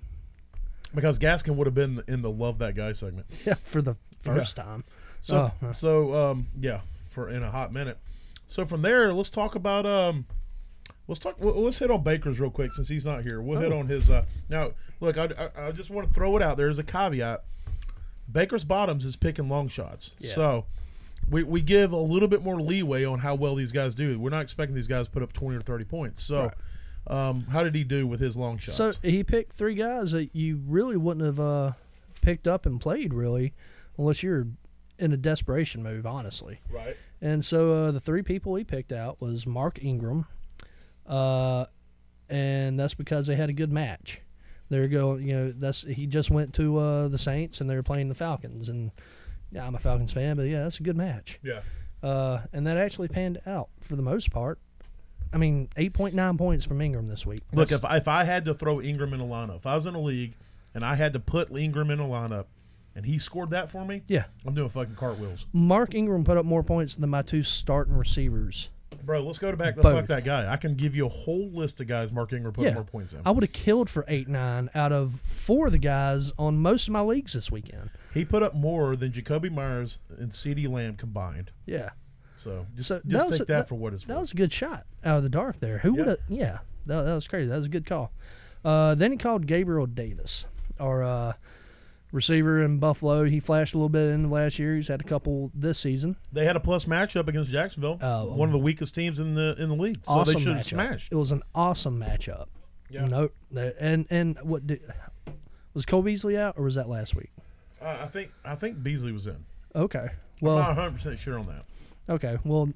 because Gaskin would have been in the love that guy segment. yeah, for the first time. So Oh, yeah. so um yeah, for in a hot minute. So from there, let's talk about um let's talk well, let's hit on Baker's real quick since he's not here. We'll Oh. hit on his uh now look, I, I, I just want to throw it out there as a caveat. Baker's Bottoms is picking long shots. Yeah. So we, we give a little bit more leeway on how well these guys do. We're not expecting these guys to put up 20 or 30 points. So um, how did he do with his long shots? So he picked three guys that you really wouldn't have uh, picked up and played really, unless you're in a desperation move, honestly. right. And so uh, the three people he picked out was Mark Ingram, uh, and that's because they had a good match. They're going, you know, that's he just went to uh, the Saints and they were playing the Falcons, and yeah, I'm a Falcons fan, but yeah, that's a good match, Yeah. uh, and that actually panned out for the most part. I mean, 8.9 points from Ingram this week. Look, That's- if, if I had to throw Ingram in a lineup, if I was in a league and I had to put Ingram in a lineup and he scored that for me, yeah, I'm doing fucking cartwheels. Mark Ingram put up more points than my two starting receivers. Bro, let's go to back. Both. Fuck that guy. I can give you a whole list of guys Mark Ingram put more points in. I would have killed for eight nine out of four of the guys on most of my leagues this weekend. He put up more than Jacoby Myers and CeeDee Lamb combined. Yeah. So just, So just was take a- that, for what it's That worth. was a good shot out of the dark there. Who would have? Yeah, that, that was crazy. That was a good call. Uh, then he called Gabriel Davis, our uh, receiver in Buffalo. He flashed a little bit in the last year. He's had a couple this season. They had a plus matchup against Jacksonville, Oh, one of the weakest teams in the in the league. So awesome they should have matchup. smashed. It was an awesome matchup. Yeah. Nope. They- And and what did, was Cole Beasley out or was that last week? Uh, I think I think Beasley was in. Okay. Well, I'm not 100 percent sure on that. Okay, well,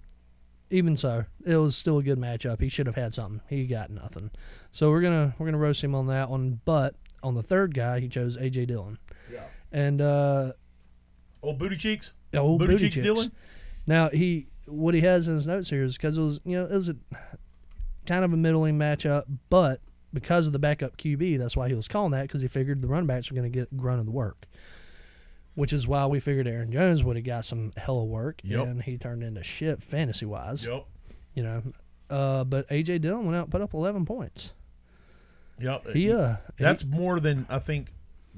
even so, it was still a good matchup. He should have had something. He got nothing. So we're gonna we're gonna roast him on that one. But on the third guy, he chose AJ Dillon, Yeah. and uh, Old booty cheeks. old Booty booty, Cheeks Dillon? Now he what he has in his notes here is because it was you know it was a kind of a middling matchup, but because of the backup QB, that's why he was calling that because he figured the running backs were going to get grunt of the work. Which is why we figured Aaron Jones would have got some hella work, Yep. and he turned into shit fantasy wise Yep. you know. Uh, but AJ Dillon went out and put up 11 points. Yep. He uh, he- That's more than I think.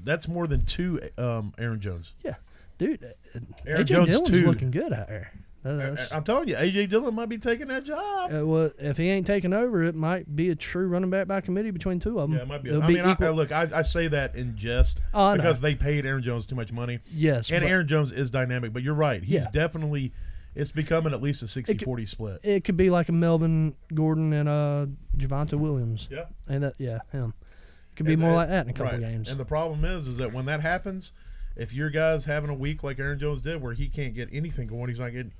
That's more than two um, Aaron Jones. yeah, dude. uh, Aaron AJ Jones Dillon's too. Uh, looking good out there. That- Uh, that's- I'm telling you, AJ Dillon might be taking that job. uh, well, if he ain't taking over, it might be a true running back by committee between two of them. Yeah, it might be. It'll I mean, I, equal- I- look, I, I say that in jest Oh, I know. because they paid Aaron Jones too much money, yes, and but Aaron Jones is dynamic. But you're right; he's Yeah. definitely. It's becoming at least a 60-40 split. it could be like a Melvin Gordon and uh Javante Williams. Yeah, and that yeah him. It could be And- more and- like that in a couple right. games. And the problem is, is that when that happens, if your guy's having a week like Aaron Jones did, where he can't get anything going, he's not getting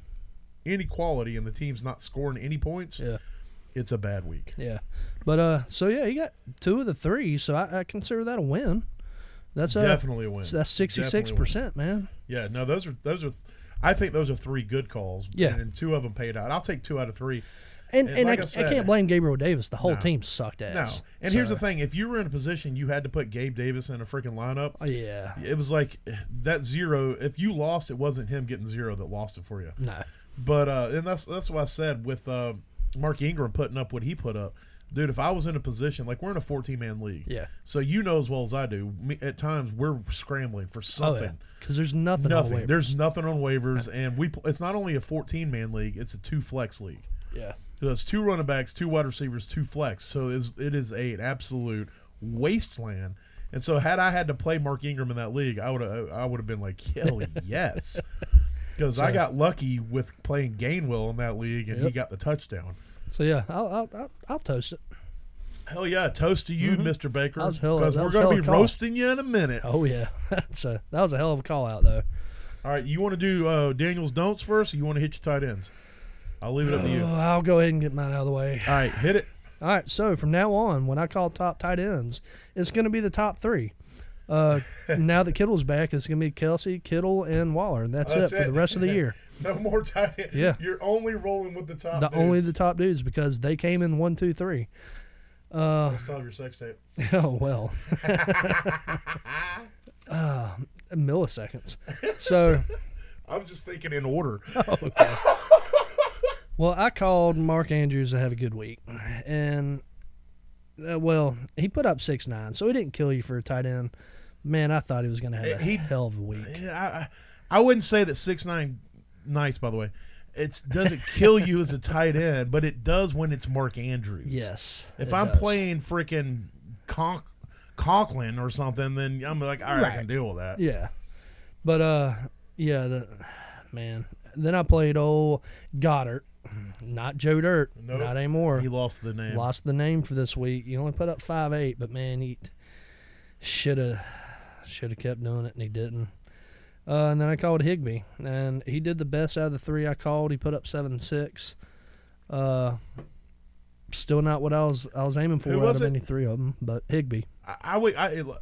any quality, and the team's not scoring any points. Yeah. it's a bad week. yeah, but uh, so yeah, he got two of the three, so I, I consider that a win. That's uh, Definitely a win. that's sixty Definitely six a win. percent, man. Yeah, no, those are those are. I think those are three good calls. Yeah. and, two of them paid out. I'll take two out of three. And, And and like I, I I said- can't blame Gabriel Davis. The whole No. team sucked ass. No, and here's the So- thing: if you were in a position you had to put Gabe Davis in a freaking lineup, Oh, yeah. it was like eh, that zero. If you lost, it wasn't him getting zero that lost it for you. No. But uh, and that's that's why I said with uh, Mark Ingram putting up what he put up, Dude, if I was in a position like we're in a 14 man league, Yeah. so you know as well as I do, me, at times we're scrambling for Oh something. yeah. Because there's nothing. on Nothing. waivers. There's nothing on waivers, and we. pl- It's not only a 14 man league; it's a two flex league. yeah. So it's two running backs, two wide receivers, two flex. So is it is a, an absolute wasteland. And so had I had to play Mark Ingram in that league, I would have I would have been like hell yes, because I So- got lucky with playing Gainwell in that league, and he Yep. got the touchdown. So yeah, I'll I'll, I'll, I'll toast it. Hell yeah, toast to you, Mhm. Mister Baker, That was hell- because that we're was gonna hell be of a call. roasting you in a minute. Oh yeah. so that was a hell of a call out though. All right, you want to do uh, Daniel's don'ts first, or you want to hit your tight ends? I'll leave it up to you. Oh, All I'll go ahead and get mine out of the way. right, hit it. All right, so from now on, when I call top tight ends, it's going to be the top three. Uh, now that Kittle's back, it's going to be Kelsey, Kittle, and Waller, and that's, That's it, for it. the rest of the year. No more tight end. Yeah. you're only rolling with the top. the only dudes. the top dudes because they came in one, two, three. Uh, Let's tell your sex tape. oh well. uh, milliseconds. So, I'm just thinking in order. okay. well, I called Mark Andrews to have a good week, and uh, well, he put up six nine, so he didn't kill you for a tight end. Man, I thought he was going to have a He- hell of a week. Yeah, I, I I wouldn't say that six nine nice by the way. It doesn't kill you as a tight end, but it does when it's Mark Andrews. Yes. If it I'm does. playing freaking Conk, Conklin or something, then I'm like, all right, I can Right. deal with that. Yeah. But uh yeah, the man. Then I played old Goddard. Not Joe Dirt. Nope. Not anymore. He lost the name. Lost the name for this week. You only put up five eight, but man, he should have should have kept doing it and he didn't. Uh, and then I called Higby, and he did the best out of the three I called. He put up seven six. Uh, still not what I was I was aiming for Who out was of it? any three of them, but Higby. I, I would. I, it- I-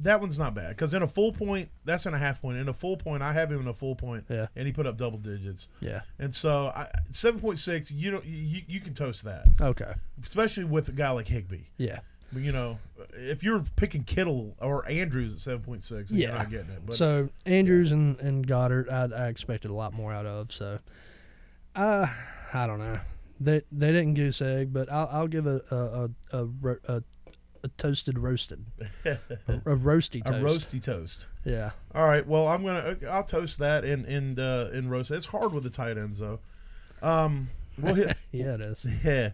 that one's not bad because in a full point, that's in a half point. In a full point, I have him in a full point, Yeah. and he put up double digits. Yeah. And so I, seven point six, you don't, you, you can toast that, Okay. especially with a guy like Higby. Yeah. But, you know, if you're picking Kittle or Andrews at seven point six, yeah. you're Yeah. not getting it. But so Andrews and, and Goddard, I, I expected a lot more out of. So, I I don't know. They they didn't goose egg, but I'll, I'll give a a a, a, ro- a, a toasted roasted, a, a roasty a toast. roasty toast. Yeah, All right. Well, I'm gonna I'll toast that in in uh, in roast. It's hard with the tight ends though. Um, we'll hit. yeah, it is. yeah.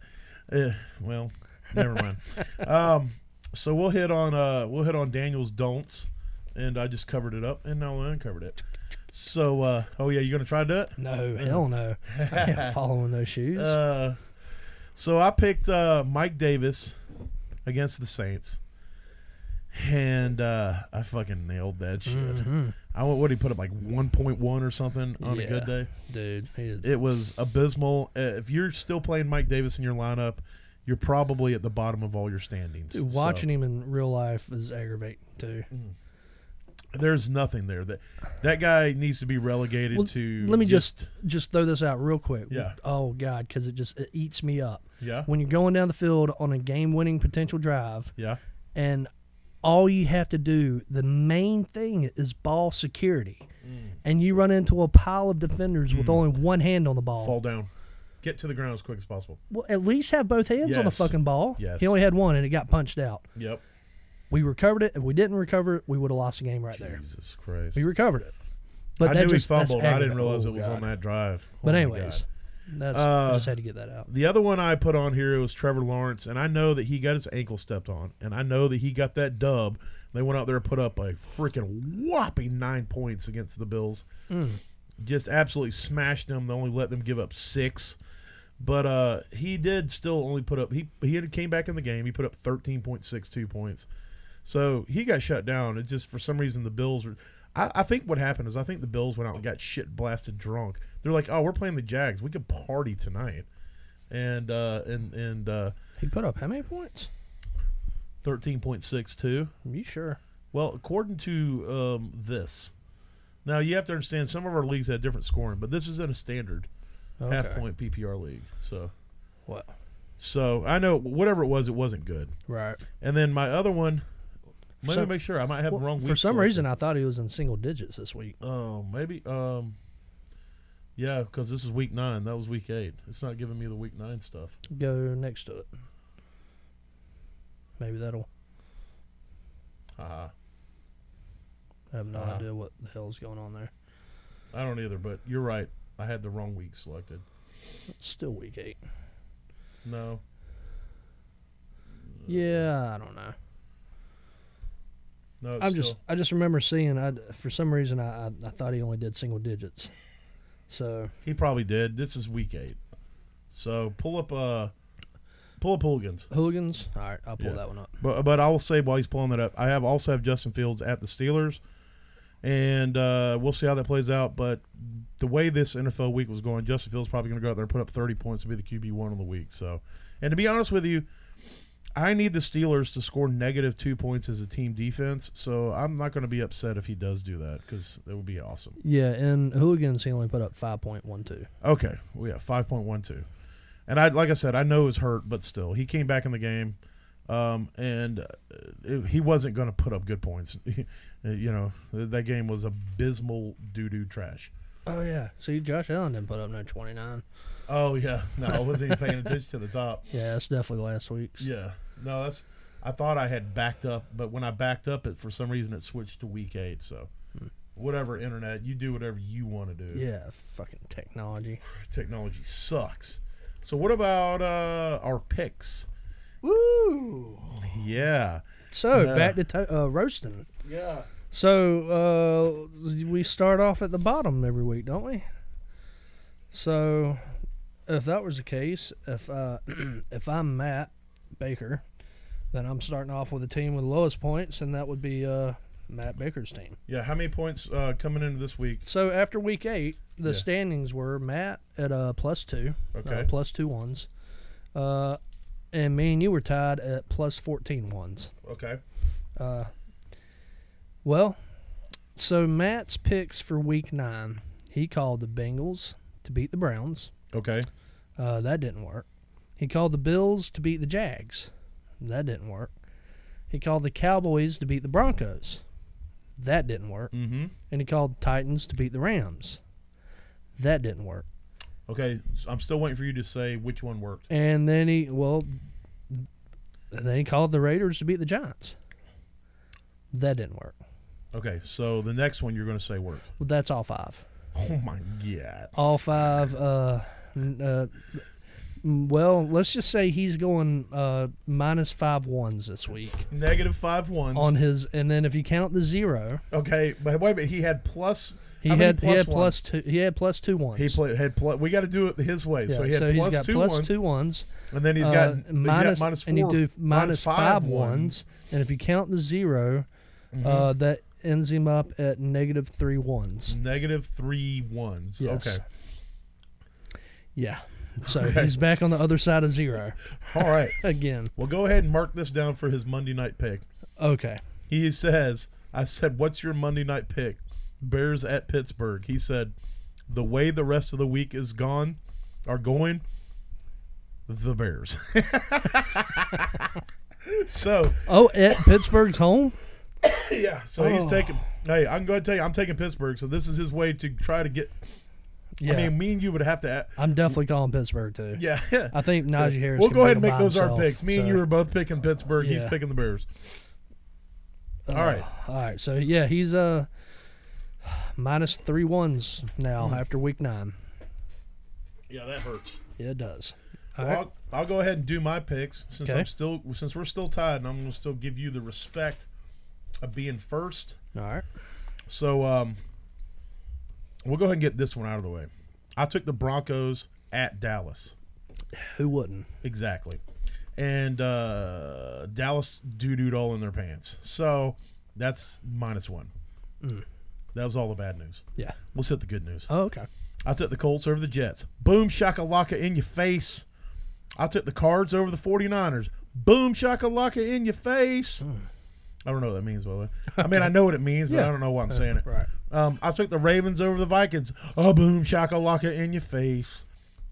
Eh, well, never mind. um, so we'll hit on uh we'll hit on Daniel's don'ts, and I just covered it up, and now I uncovered it. So uh oh yeah, you gonna try to do it? No, hell no. I can't follow in those shoes. Uh, so I picked uh, Mike Davis against the Saints, and uh, I fucking nailed that shit. Mhm. I went what he put up like one point one or something on a good Yeah. day. Dude, he is. It was abysmal. Uh, if you're still playing Mike Davis in your lineup, you're probably at the bottom of all your standings. dude, watching him in real life is aggravating too. him, there's nothing there. That that guy needs to be relegated Well, to. Let me just just throw this out real quick. Yeah. Oh God, because it just it eats me up. yeah when you're going down the field on a game-winning potential drive, yeah and all you have to do, the main thing is ball security, Mm. and you run into a pile of defenders with only one hand on the ball. fall down, get to the ground as quick as possible. Well, at least have both hands on the Yes. fucking ball. Yes. He only had one, and it got punched out. Yep. We recovered it. If we didn't recover it, we would have lost the game right there. Jesus Christ. We recovered it, but I that knew just, he that's fumbled. I didn't aggravating. realize Oh, it was on God. that drive. Oh But my anyways, God. that's Uh, I just had to get that out. the other one I put on here was Trevor Lawrence, and I know that he got his ankle stepped on, and I know that he got that dub. They went out there and put up a freaking whopping nine points against the Bills. Just absolutely smashed them. They only let them give up six. But uh, he did still only put up he he had came back in the game. He put up thirteen point six two points. So he got shut down. It just for some reason the Bills were. I, I think what happened is I think the Bills went out and got shit blasted drunk. They're like, oh, we're playing the Jags. We could party tonight. And uh, and and uh, He put up how many points? thirteen point six two. you sure? Well, according to um, this, now you have to understand some of our leagues had different scoring, but this is in a standard Okay. half point PPR league. So What? so I know whatever it was, it wasn't good. Right. And then my other one. Let me Some- make sure I might have the Well, wrong. for week some selected. reason, I thought he was in single digits this week. Oh, maybe. Um, yeah, because this is week nine. That was week eight. It's not giving me the week nine stuff. Go next to it. Maybe that'll. Uh-huh. I have no Uh-huh. idea what the hell's going on there. I don't either, but you're right. I had the wrong week selected. It's still week eight. No. Yeah, I don't know. No, it's I'm just still- I just remember seeing I for some reason I, I I thought he only did single digits. So He probably did. This is week eight. So pull up uh pull up hooligans. hooligans. All right, I'll pull Yeah. that one up. But but I will say while he's pulling that up, I have also have Justin Fields at the Steelers, and uh, we'll see how that plays out. But the way this NFL week was going, Justin Fields probably going to go out there and put up thirty points to be the QB one of the week. So, and to be honest with you, I need the Steelers to score negative two points as a team defense. So I'm not going to be upset if he does do that because it would be awesome. Yeah, and hooligans he only put up five point one two. Okay, we have five point one two, and I like I said, I know he's hurt, but still, he came back in the game, um, and uh, it, he wasn't going to put up good points. you know, th- that game was abysmal doo doo trash. Oh yeah. See, Josh Allen didn't put up no twenty nine. Oh yeah, no, I wasn't even paying attention to the top. Yeah, that's definitely last week's. Yeah, no, that's. I thought I had backed up, but when I backed up, it for some reason it switched to week eight. So, whatever, internet, you do whatever you want to do. Yeah, fucking technology. Technology sucks. So, what about uh, our picks? Woo! Yeah. So No. back to, to- uh, roasting. Yeah. So uh, we start off at the bottom every week, don't we? So if that was the case, if uh, if I'm Matt Baker, then I'm starting off with a team with the lowest points, and that would be uh, Matt Baker's team. Yeah. How many points uh, coming into this week? So after week eight, the Yeah. standings were Matt at uh, plus two, Okay. uh, plus two ones, uh, and me and you were tied at plus 14 ones. Okay. Uh, well, so Matt's picks for week nine, he called the Bengals to beat the Browns. Okay. Uh, that didn't work. He called the Bills to beat the Jags. That didn't work. He called the Cowboys to beat the Broncos. That didn't work. Mm-hmm. And he called the Titans to beat the Rams. That didn't work. Okay. s- I'm still waiting for you to say which one worked. And then he, well, and then he called the Raiders to beat the Giants. That didn't work. Okay. So the next one you're going to say worked. Well, that's all five. Oh my god. all five. Uh, n- uh, m- well, let's just say he's going uh, minus five ones this week Negative five ones. on his, and then if you count the zero, okay, but wait a minute. He had plus. he how many had he had one? plus two he had plus two ones. He played had plus. We got to do it his way. Yeah, so he had he's plus got two plus one, two ones. and then he's uh, got he got minus- minus four, and you do minus, minus five five ones. ones, and if you count the 0 Mm-hmm. uh, that ends him up at negative three ones. Negative three ones. Yes. Okay. Yeah. So he's back on the other side of zero All right. again. Well, go ahead and mark this down for his Monday night pick. Okay. He says, I said, What's your Monday night pick? Bears at Pittsburgh. He said, The way the rest of the week is gone, are going, the Bears. so, Oh, at Pittsburgh's home. yeah. So Oh. he's taking, hey, I'm going to tell you, I'm taking Pittsburgh. So this is his way to try to get, Yeah. I mean, me and you would have to, a- I'm definitely calling Pittsburgh too. yeah. I think Najee Harris. We'll can go ahead and beat make them those by our himself, picks. Me and so, you are both picking Pittsburgh. He's Yeah. picking the Bears. uh, all right. All right. So yeah, he's uh minus three ones now Hmm. after week nine. Yeah, that hurts. Yeah, it does. All right. I'll, I'll go ahead and do my picks since Okay. I'm still since we're still tied, and I'm going to still give you the respect of being first. All right. So um, we'll go ahead and get this one out of the way. I took the Broncos at Dallas Who wouldn't? exactly, and uh, Dallas doo dooed all in their pants. So that's minus one. That was all the bad news. Yeah. Let's hit the good news. Oh, okay. I took the Colts over the Jets. Boom shakalaka in your face. I took the Cards over the 49ers. Boom shakalaka in your face. I don't know what that means, by the way. I mean, I know what it means, but I Yeah. don't know why I'm saying it. Right. Um, I took the Ravens over the Vikings. Oh, boom shakalaka in your face.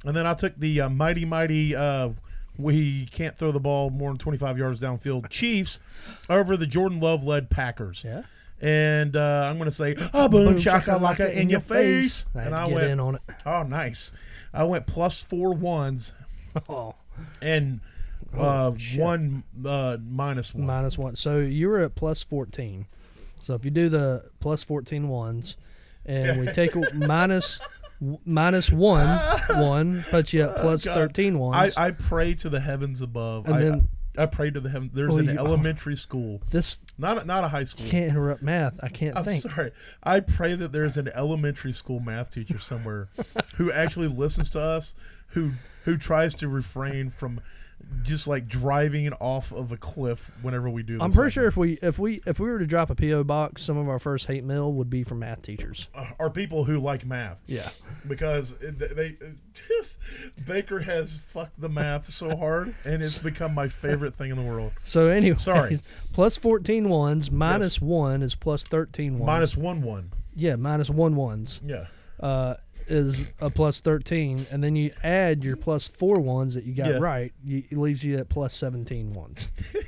And then I took the uh, mighty, mighty, uh, we can't throw the ball more than 25 yards downfield Chiefs over the Jordan Love led Packers. Yeah. And uh, I'm going to say, oh, boom, shakalaka in, your face. And And I get went, in on it. Oh, nice. I went plus four ones, Oh. and Uh, Oh, shit. one uh, minus one. minus one. So you were at plus fourteen. So if you do the plus 14 ones, and we take a- minus w- minus one one, puts you at plus Oh, God. thirteen ones. I, I pray to the heavens above. And I, then- I pray to the heavens. There's Oh, an you- oh. elementary school, this not a, not a high school. can't interrupt math. I can't I'm think. sorry. I pray that there's an elementary school math teacher somewhere who actually listens to us, who who tries to refrain from just like driving off of a cliff whenever we do. I'm this pretty sure segment. if we if we if we were to drop a PO box, some of our first hate mail would be from math teachers. Uh, are people who like math. Yeah. because it- they, they Baker has fucked the math so hard, and it's become my favorite thing in the world. So anyway, Sorry. Plus 14 ones, minus one is plus 13 ones. Minus one one. yeah, minus one ones. Yeah. uh, is a plus 13, and then you add your plus four ones that you got Yeah. right, you, it leaves you at plus 17 ones.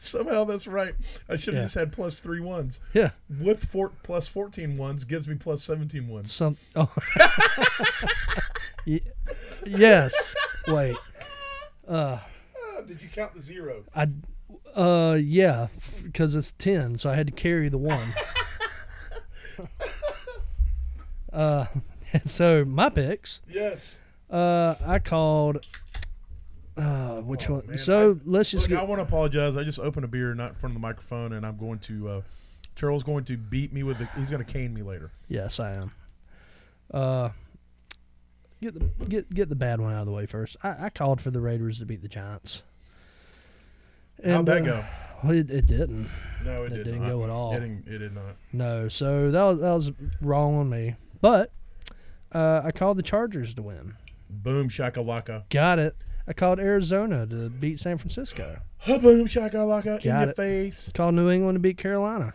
Somehow that's right. I should have Yeah. just had plus three ones. Yeah. With four plus fourteen ones gives me plus seventeen ones. Some. Oh. Ye- yes. Wait. Uh, Ah, did you count the zero? I. Uh, yeah, because it's 10, so I had to carry the one. uh, so my picks. Yes. Uh, I called. Uh, which Oh, one? man, so let's just Look, get. I want to apologize. I just opened a beer not in front of the microphone, and I'm going to. Uh, Terrell's going to beat me with the. He's going to cane me later. Yes, I am. Uh, get the get get the bad one out of the way first. I, I called for the Raiders to beat the Giants. How'd that uh, go? well, It, it didn't. No, it, That did didn't not. go at all. It didn't, it did not. No, so that was that was wrong on me. But uh, I called the Chargers to win. Boom shakalaka. Got it. I called Arizona to beat San Francisco. Boom shakalaka in Got your it. face. Called New England to beat Carolina.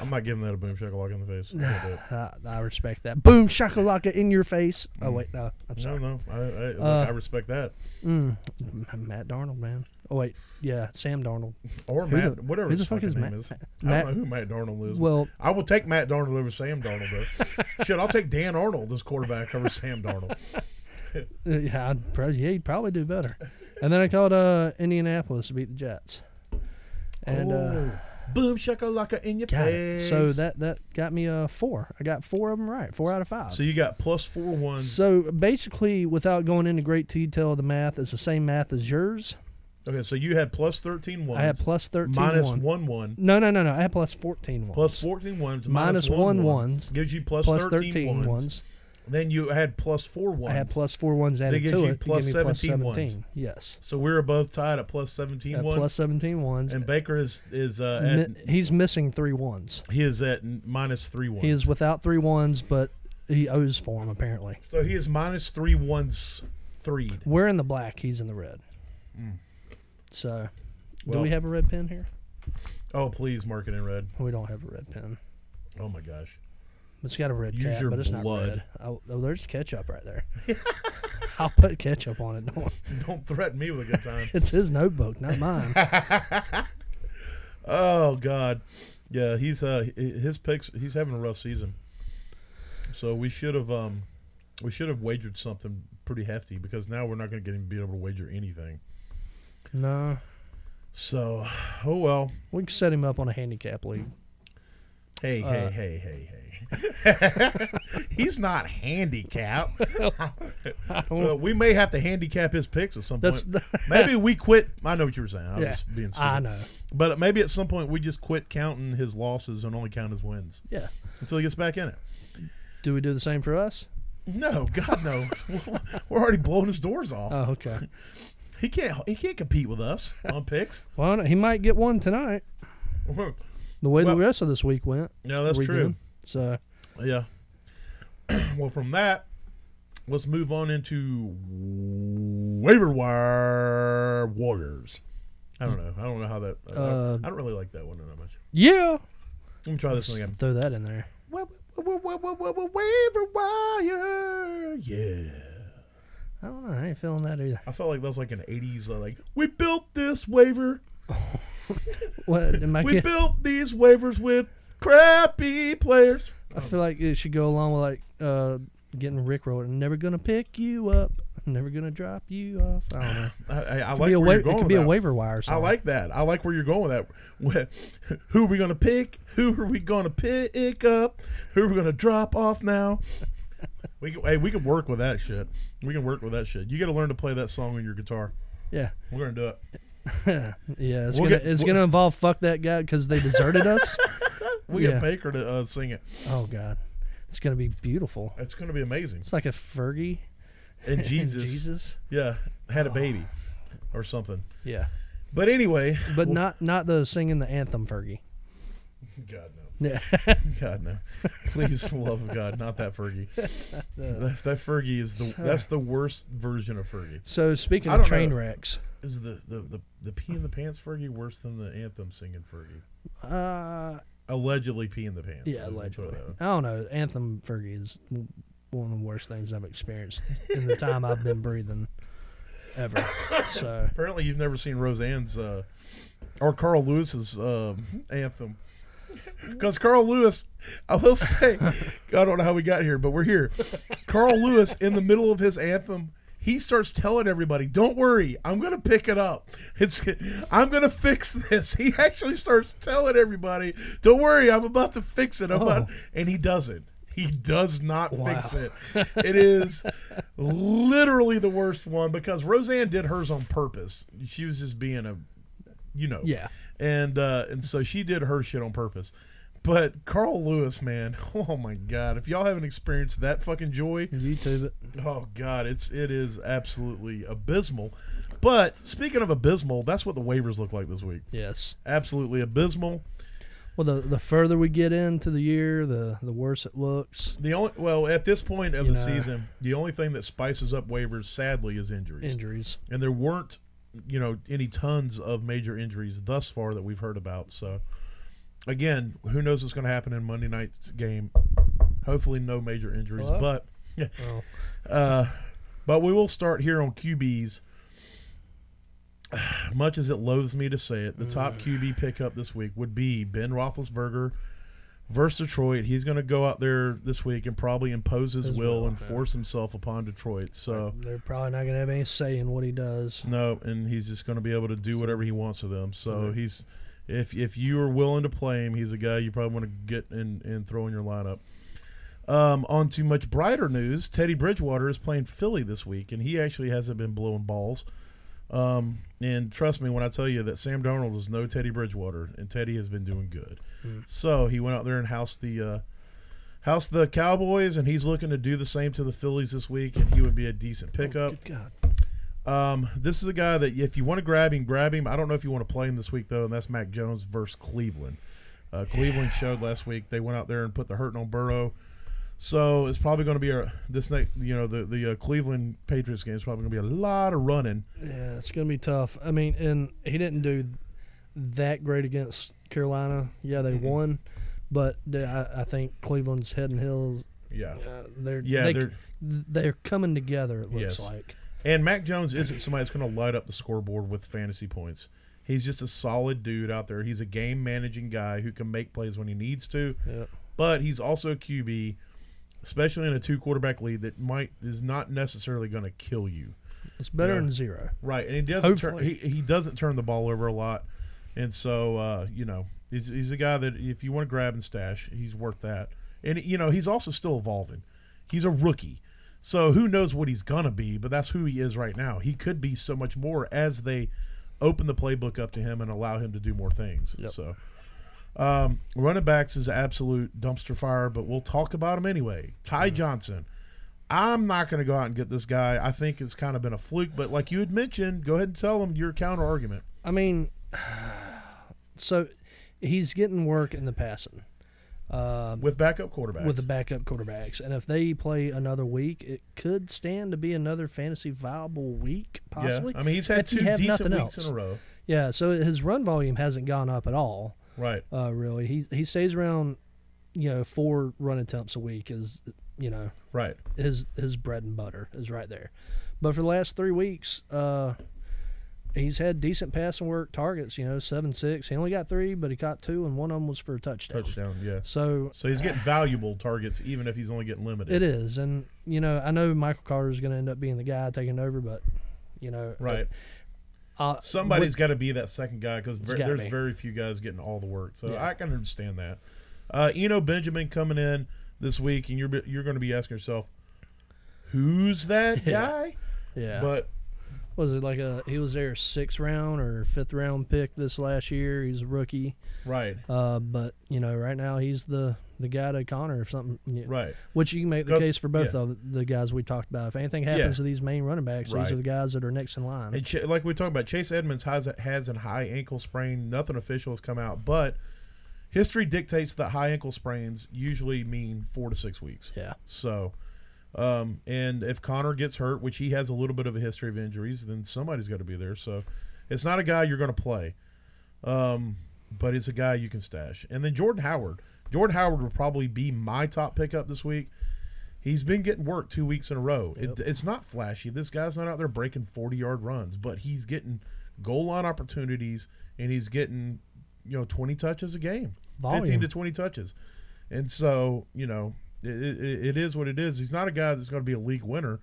I'm not giving that a boom shakalaka in the face. I can't do it. I, I respect that. Boom shakalaka in your face. Oh wait, no, I'm No, sorry. no, I, I, look, Uh, I respect that. Mm, Matt Darnold, man. Oh wait, yeah, Sam Darnold. Or who Matt, the- whatever who his the fuck fucking is name Matt- is. I Matt- don't know who Matt Darnold is. Well, I will take Matt Darnold over Sam Darnold though. Shit, I'll take Dan Arnold as quarterback over Sam Darnold. Uh, Yeah, I'd probably, yeah, you'd probably do better. And then I called uh, Indianapolis to beat the Jets. And uh, oh, boom shakalaka in your got it. face. so that that got me uh, four. I got four of them right, four out of five. so you got plus four one. So basically, without going into great detail of the math, it's the same math as yours. Okay, so you had plus 13 ones. I had plus 13 minus one. one one. No, no, no, no. I had plus 14 ones. Plus 14 ones. Minus one one one. ones. Gives you plus, Plus 13, ones. ones. Then you had plus four ones. I had plus four ones added gives you to it. to plus give me 17 ones. Yes. So we we're both tied at plus 17 At ones. plus 17 ones. and Baker is is uh, Mi- at, he's missing three ones. he is at n- minus three ones. He is without three ones, but he owes for them apparently. so he is minus three ones three. We're in the black. He's in the red. So, Mm. Well- do we have a red pen here? Oh please, mark it in red. We don't have a red pen. Oh my gosh. It's got a red Use cap, your but it's not blood. red. Oh, oh, there's ketchup right there. I'll put ketchup on it. Don't worry. Don't threaten me with a good time. It's his notebook, not mine. oh God. Yeah, he's uh h- his picks. He's having a rough season. So we should have um we should have wagered something pretty hefty because now we're not going to get him be able to wager anything. no, So oh well. we can set him up on a handicap league. Hey, Uh, hey, hey, hey, hey. He's not handicapped. well, we may have to handicap his picks at some That's point. maybe we quit. I know what you were saying. I Yeah, was being stupid. I know. But maybe at some point we just quit counting his losses and only count his wins Yeah. until he gets back in it. Do we do the same for us? No, God no. we're already blowing his doors off. Oh, okay. he can't. He can't compete with us on picks. Well, he might get one tonight. The way Well- the rest of this week went. no, that's we true. did. So. Yeah. well, from that, let's move on into waiver wire warriors. I don't know. I don't know how that. I- Uh, I don't really like that one that much. Yeah. Let me try this one again. Throw that in there. Wa- wa- wa- wa- wa- wa- Waiver wire. Yeah. I don't know. I ain't feeling that either. I felt like that was like an '80s. uh, Like we built this waiver. What am I? We Get, built these waivers with crappy players. I feel like it should go along with like uh, getting Rickrolled. I'm never gonna pick you up. Never gonna drop you off. I don't know. I, I, I Could like be a where wa- you're going it with could be a that. waiver wire. I song. like that. I like where you're going with that. Wh- Who are we going to pick? Who are we going to pick up? Who are we going to drop off now? We can, hey, we can work with that shit. We can work with that shit. You got to learn to play that song on your guitar. Yeah. We're going to do it. yeah, it's We'll gonna get- it's we'll- gonna involve fuck that guy because they deserted us. We get Yeah. Baker to uh, sing it. Oh God, it's gonna be beautiful. It's going to be amazing. It's like a Fergie And Jesus, and Jesus. Ah. yeah, had a baby or something. Yeah, But anyway, but well- not not the singing the anthem Fergie. God no, Yeah, God no. Please, for the love of God, not that Fergie. That, that Fergie is the that's the worst version of Fergie. so speaking I of don't train know. wrecks, Is the the, the the pee in the pants Fergie worse than the anthem singing Fergie? uh, Allegedly pee in the pants. yeah, We'll throw allegedly. that out. I don't know. Anthem Fergie is one of the worst things I've experienced in the time I've been breathing ever. So Apparently, you've never seen Roseanne's uh, or Carl Lewis's um, anthem. Because Carl Lewis, I will say, I don't know how we got here, but we're here. Carl Lewis, in the middle of his anthem, he starts telling everybody, "Don't worry, I'm gonna pick it up. It's, I'm gonna fix this." He actually starts telling everybody, "Don't worry, I'm about to fix it." I'm about, Oh. and he doesn't. He does not fix Wow. it. It is literally the worst one because Roseanne did hers on purpose. She was just being a, you know, yeah, and uh, and so she did her shit on purpose. But Carl Lewis, man, oh my god! If y'all haven't experienced that fucking joy, YouTube it. oh god, it's it is absolutely abysmal. But speaking of abysmal, that's what the waivers look like this week. Yes. Absolutely abysmal. Well, the the further we get into the year, the the worse it looks. The only well at this point of You the know. season, the only thing that spices up waivers, sadly, is injuries. Injuries. and there weren't you know any tons of major injuries thus far that we've heard about so again who knows what's going to happen in monday night's game hopefully no major injuries Hello? but Oh, uh but we will start here on qb's much as it loathes me to say it the top qb pickup this week would be ben roethlisberger versus detroit he's going to go out there this week and probably impose his His will will, and yeah. force himself upon detroit so they're probably not gonna have any say in what he does. no, and he's just going to be able to do whatever he wants with them. So Okay. he's, if if you are willing to play him, he's a guy you probably want to get and and throw in your lineup. Um, on to much brighter news, Teddy Bridgewater is playing Philly this week, and he actually hasn't been blowing balls. Um, and trust me when I tell you that Sam Darnold is no Teddy Bridgewater, and Teddy has been doing good. Mm. So he went out there and housed the. Uh, House the Cowboys, and he's looking to do the same to the Phillies this week, and he would be a decent pickup. Oh, good God. Um, this is a guy that if you want to grab him, grab him. I don't know if you want to play him this week though, and that's Mac Jones versus Cleveland. Uh, Cleveland showed last week they went out there and put the hurting on Burrow, so it's probably going to be a this next you know the the uh, Cleveland Patriots game is probably going to be a lot of running. Yeah, it's gonna be tough. I mean, and he didn't do that great against Carolina. Yeah, they won, but they, I, I think Cleveland's head and hills. Yeah, Uh, they're yeah. they, they're, they're coming together. It looks Yes. like. and Mac Jones isn't somebody that's going to light up the scoreboard with fantasy points. He's just a solid dude out there. He's a game managing guy who can make plays when he needs to. Yeah. but he's also a QB, especially in a two quarterback lead that might is not necessarily going to kill you. It's better Yeah. than zero. Right, and he doesn't turn he, Hopefully. he doesn't turn the ball over a lot, and so uh, you know he's he's a guy that if you want to grab and stash, he's worth that. And you know he's also still evolving. He's a rookie, so who knows what he's gonna be? But that's who he is right now. He could be so much more as they open the playbook up to him and allow him to do more things. Yep. So. Um, running backs is absolute dumpster fire, but we'll talk about him anyway. Ty Johnson. I'm not going to go out and get this guy. I think it's kind of been a fluke, but like you had mentioned, go ahead and tell them your counter argument. I mean, so he's getting work in the passing. Um, With backup quarterbacks. with the backup quarterbacks. And if they play another week, it could stand to be another fantasy viable week, possibly. Yeah. I mean, he's had if you two have decent nothing weeks else. in a row. Yeah, so his run volume hasn't gone up at all, Right. uh, really. He he stays around, you know, four run attempts a week is, you know, Right. his his bread and butter is right there. But for the last three weeks, uh, he's had decent passing work targets. You know, seven six. He only got three, but he caught two, and one of them was for a touchdown. Touchdown, yeah. So So he's getting valuable targets, even if he's only getting limited. it is, and you know, I know Michael Carter is going to end up being the guy taking over, but you know, Right. Uh, Somebody's got to be that second guy because gotta there's be. very few guys getting all the work. So Yeah. I can understand that. Uh, Eno Benjamin coming in this week, and you're be- you're going to be asking yourself, who's that Yeah. guy? yeah. But was it like a he was their sixth round or fifth round pick this last year? He's a rookie, right, uh, but you know, right now he's the the guy to Connor or something. you- right, Which you can make the 'Cause- case for both yeah. of the guys we talked about. If anything happens Yeah. to these main running backs, Right. these are the guys that are next in line. and Ch- like we talked about, Chase Edmonds has a, has a high ankle sprain. Nothing official has come out, but history dictates that high ankle sprains usually mean four to six weeks. yeah, So, um, and if Connor gets hurt, which he has a little bit of a history of injuries, then somebody's got to be there. So, it's not a guy you're going to play, um, but it's a guy you can stash. And then Jordan Howard. Jordan Howard will probably be my top pickup this week. He's been getting work two weeks in a row. It- it's not flashy. This guy's not out there breaking 40 yard runs, but he's getting goal line opportunities and he's getting, you know, 20 touches a game, 15 Volume. to 20 touches. And so, you know, it, it, it is what it is. He's not a guy that's going to be a league winner,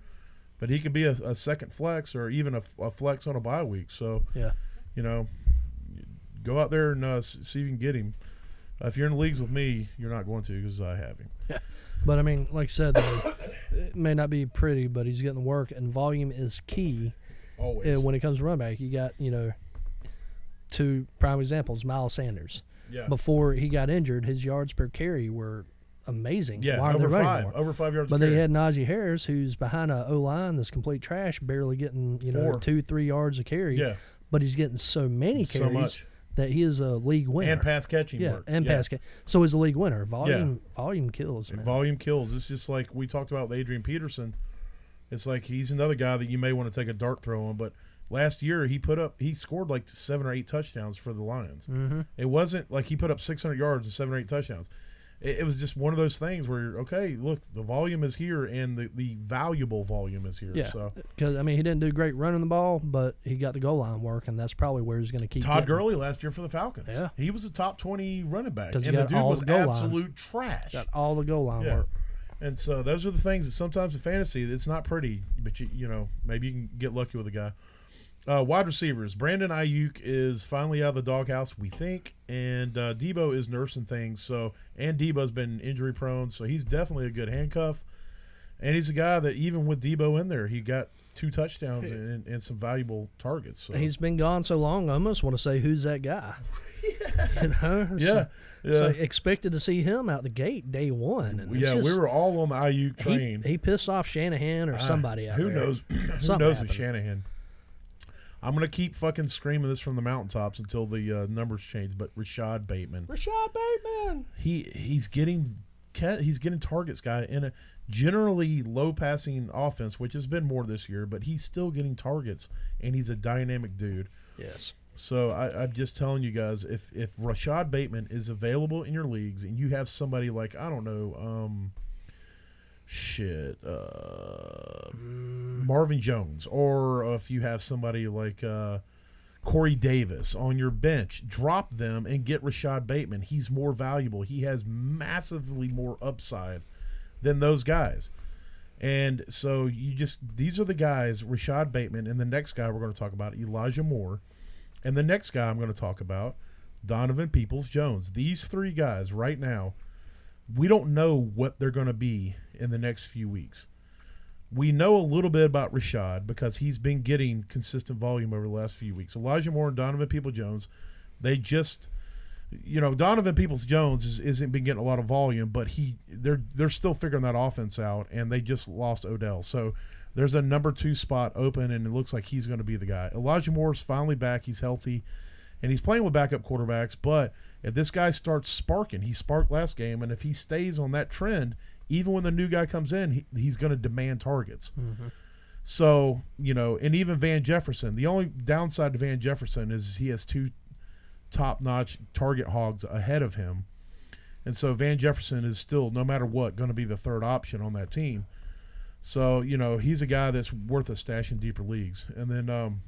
but he could be a, a second flex or even a, a flex on a bye week. So, yeah. you know, go out there and uh, s- see if you can get him. Uh, if you're in leagues with me, you're not going to because I have him. But I mean, like I said, though, it may not be pretty, but he's getting the work, and volume is key Always. uh, when it comes to running back. You got you know two prime examples: Miles Sanders. yeah. Before he got injured, his yards per carry were amazing. yeah. Why aren't they Over running five. more? Over five yards. a But they carry. had Najee Harris, who's behind a O line that's complete trash, barely getting you know Four. two, three yards a carry. Yeah. But he's getting so many So carries much. that he is a league winner. and pass catching yeah, work. and yeah. pass ca- So he's a league winner. Volume, volume kills, man. Volume kills. It's just like we talked about with Adrian Peterson. It's like he's another guy that you may want to take a dart throw on, but last year he put up he scored like seven or eight touchdowns for the Lions. Mm-hmm. It wasn't like he put up 600 yards and seven or eight touchdowns. It, it was just one of those things where okay, look, the volume is here and the, the valuable volume is here. yeah, So because I mean he didn't do great running the ball, but he got the goal line work, and that's probably where he's going to keep. Todd getting. Gurley last year for the Falcons. Yeah. He was a top 20 running back and 'Cause he the got dude all was the goal line. absolute trash. got all the goal line Yeah. work. And so those are the things that sometimes in fantasy it's not pretty, but you you know maybe you can get lucky with a guy. Uh, wide receivers, Brandon Ayuk is finally out of the doghouse, we think, and uh, Debo is nursing things. So and Debo's been injury prone, so he's definitely a good handcuff. And he's a guy that even with Debo in there, he got two touchdowns and, and some valuable targets. So. He's been gone so long, I almost want to say who's that guy. You know, yeah, So, yeah, so expected to see him out the gate day one. And it's yeah. just- we were all on the Ayuk he, train. he pissed off Shanahan or somebody out Uh, who there. knows who Something knows happened. with Shanahan. I'm gonna keep fucking screaming this from the mountaintops until the uh, numbers change. But Rashad Bateman, Rashad Bateman. he he's getting ca- he's getting targets, guy, in a generally low passing offense, which has been more this year. But he's still getting targets, and he's a dynamic dude. Yes. So I, I'm just telling you guys, if if Rashad Bateman is available in your leagues, and you have somebody like I don't know, um, shit, uh, Marvin Jones, or if you have somebody like uh, Corey Davis on your bench, drop them and get Rashad Bateman. He's more valuable. He has massively more upside than those guys. And so you just these are the guys, Rashad Bateman, and the next guy we're going to talk about, Elijah Moore. And the next guy I'm going to talk about, Donovan Peoples Jones. These three guys right now, we don't know what they're going to be in the next few weeks. We know a little bit about Rashad because he's been getting consistent volume over the last few weeks. Elijah Moore and Donovan Peoples Jones, they just you know, Donovan Peoples Jones is, isn't been getting a lot of volume, but he they're they're still figuring that offense out, and they just lost Odell. So there's a number two spot open, and it looks like he's going to be the guy. Elijah Moore's finally back; he's healthy, and he's playing with backup quarterbacks. But if this guy starts sparking, he sparked last game, and if he stays on that trend, even when the new guy comes in, he, he's going to demand targets. Mm-hmm. So you know, and even Van Jefferson. The only downside to Van Jefferson is he has two top notch target hogs ahead of him. And so Van Jefferson is still, no matter what, going to be the third option on that team. So, you know, he's a guy that's worth a stash in deeper leagues. And then um,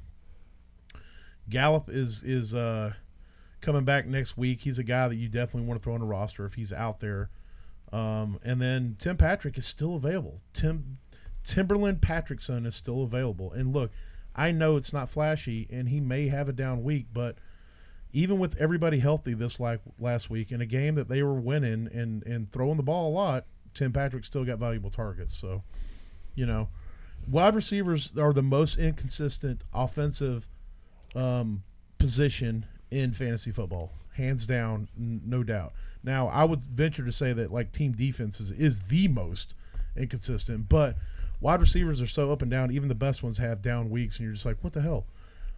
Gallup is is uh, coming back next week. He's a guy that you definitely want to throw in a roster if he's out there. Um, and then Tim Patrick is still available. Tim Timberland Patrickson is still available. And look, I know it's not flashy, and he may have a down week, but even with everybody healthy this like last week in a game that they were winning and and throwing the ball a lot, Tim Patrick still got valuable targets. So, you know, wide receivers are the most inconsistent offensive um, position in fantasy football, hands down, n- no doubt. Now, I would venture to say that like team defenses is the most inconsistent, but wide receivers are so up and down. Even the best ones have down weeks, and you're just like, what the hell?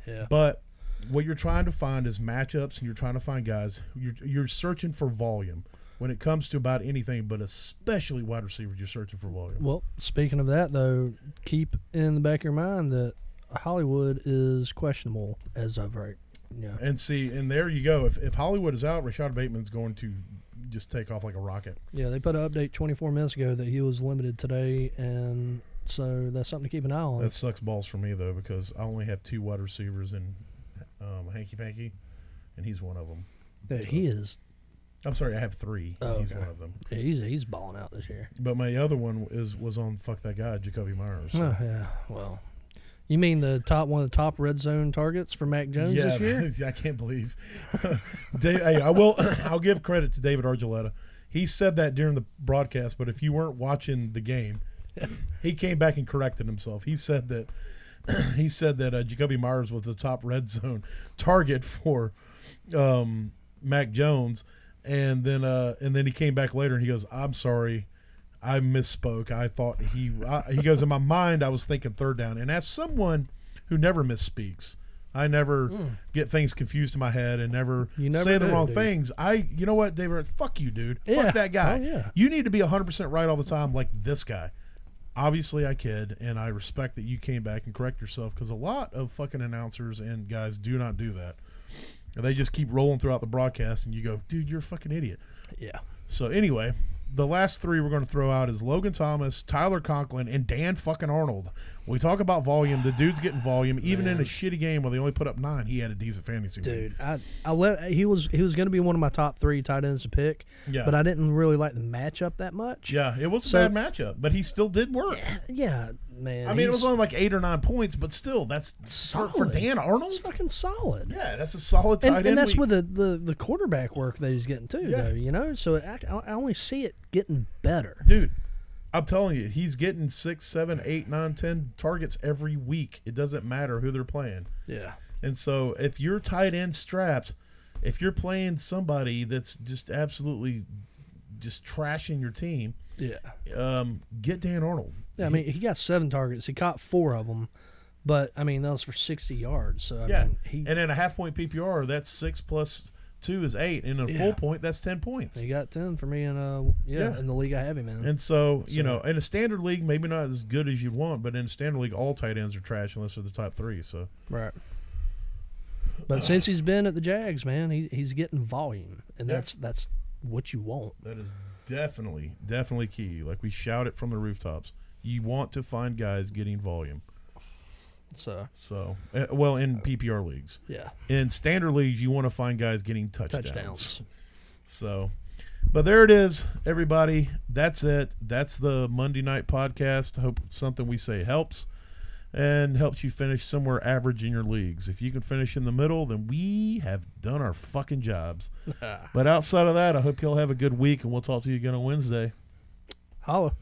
Yeah. But what you're trying to find is matchups, and you're trying to find guys. You're you're searching for volume when it comes to about anything, but especially wide receivers. You're searching for volume. Well, speaking of that, though, keep in the back of your mind that Hollywood is questionable as of right. Yeah. And see, and there you go. If if Hollywood is out, Rashad Bateman's going to just take off like a rocket. Yeah, they put an update 24 minutes ago that he was limited today, and so that's something to keep an eye on. That sucks balls for me though because I only have two wide receivers and um, Hanky Panky, and he's one of them. Dude, he is. I'm sorry, I have three. and Oh, he's okay. one of them. yeah, He's he's balling out this year. But my other one is was on fuck that guy Jacoby Myers. so- Oh yeah. Well, you mean the top one of the top red zone targets for Mac Jones this year? I can't believe. Dave, hey, I will. I'll give credit to David Argeletta. He said that during the broadcast, but if you weren't watching the game, he came back and corrected himself. He said that he said that uh, Jacoby Myers was the top red zone target for um, Mac Jones, and then uh, and then he came back later and he goes, "I'm sorry." I misspoke. I thought he I, he goes in my mind. I was thinking third down, and as someone who never misspeaks, I never get things confused in my head and never, Hmm. You never say the do, wrong dude. things. I, you know what, David? Fuck you, dude. Yeah. Fuck that guy. Oh, yeah. You need to be 100 percent right all the time, like this guy. Obviously, I kid, and I respect that you came back and correct yourself because a lot of fucking announcers and guys do not do that. And they just keep rolling throughout the broadcast, and you go, dude, you're a fucking idiot. Yeah. So anyway, the last three we're going to throw out is Logan Thomas, Tyler Conklin, and Dan fucking Arnold. We talk about volume. The dude's getting volume, even in a shitty game where they only put up nine. He had a decent fantasy week. Dude, I, I let he was he was going to be one of my top three tight ends to pick, Yeah. but I didn't really like the matchup that much. Yeah, it was a So- bad matchup, but he still did work. yeah, man. I mean, it was he's- only like eight or nine points, but still, that's for, for Solid. Dan he's Arnold. fucking solid. Yeah, that's a solid tight and, end. and that's week. with the, the, the quarterback work that he's getting too, Yeah. though. You know, so I, I only see it getting better. dude. I'm telling you, he's getting six, seven, eight, nine, ten targets every week. It doesn't matter who they're playing. Yeah, And so if you're tight end strapped, if you're playing somebody that's just absolutely just trashing your team, yeah. um, get Dan Arnold. I mean, he got seven targets. He caught four of them, but I mean that was for sixty yards. So I Yeah. mean, he and in a half point PPR, that's six plus two is eight. And in a full Yeah. point, that's 10 points. he got ten for me in uh yeah, Yeah. in the league I have him in. And so, you know, in a standard league, maybe not as good as you'd want, but in a standard league, all tight ends are trash unless they're the top three. So, right. But since he's been at the Jags, man, he, he's getting volume, and Yeah. that's that's what you want. That is definitely, definitely key. Like we shout it from the rooftops. You want to find guys getting volume. So So, uh, well, in PPR leagues, yeah, in standard leagues, you want to find guys getting touchdowns. touchdowns. So, but there it is, everybody. That's it. That's the Monday night podcast. Hope something we say helps and helps you finish somewhere average in your leagues. If you can finish in the middle, then we have done our fucking jobs. but outside of that, I hope y'all have a good week, and we'll talk to you again on Wednesday. Holla.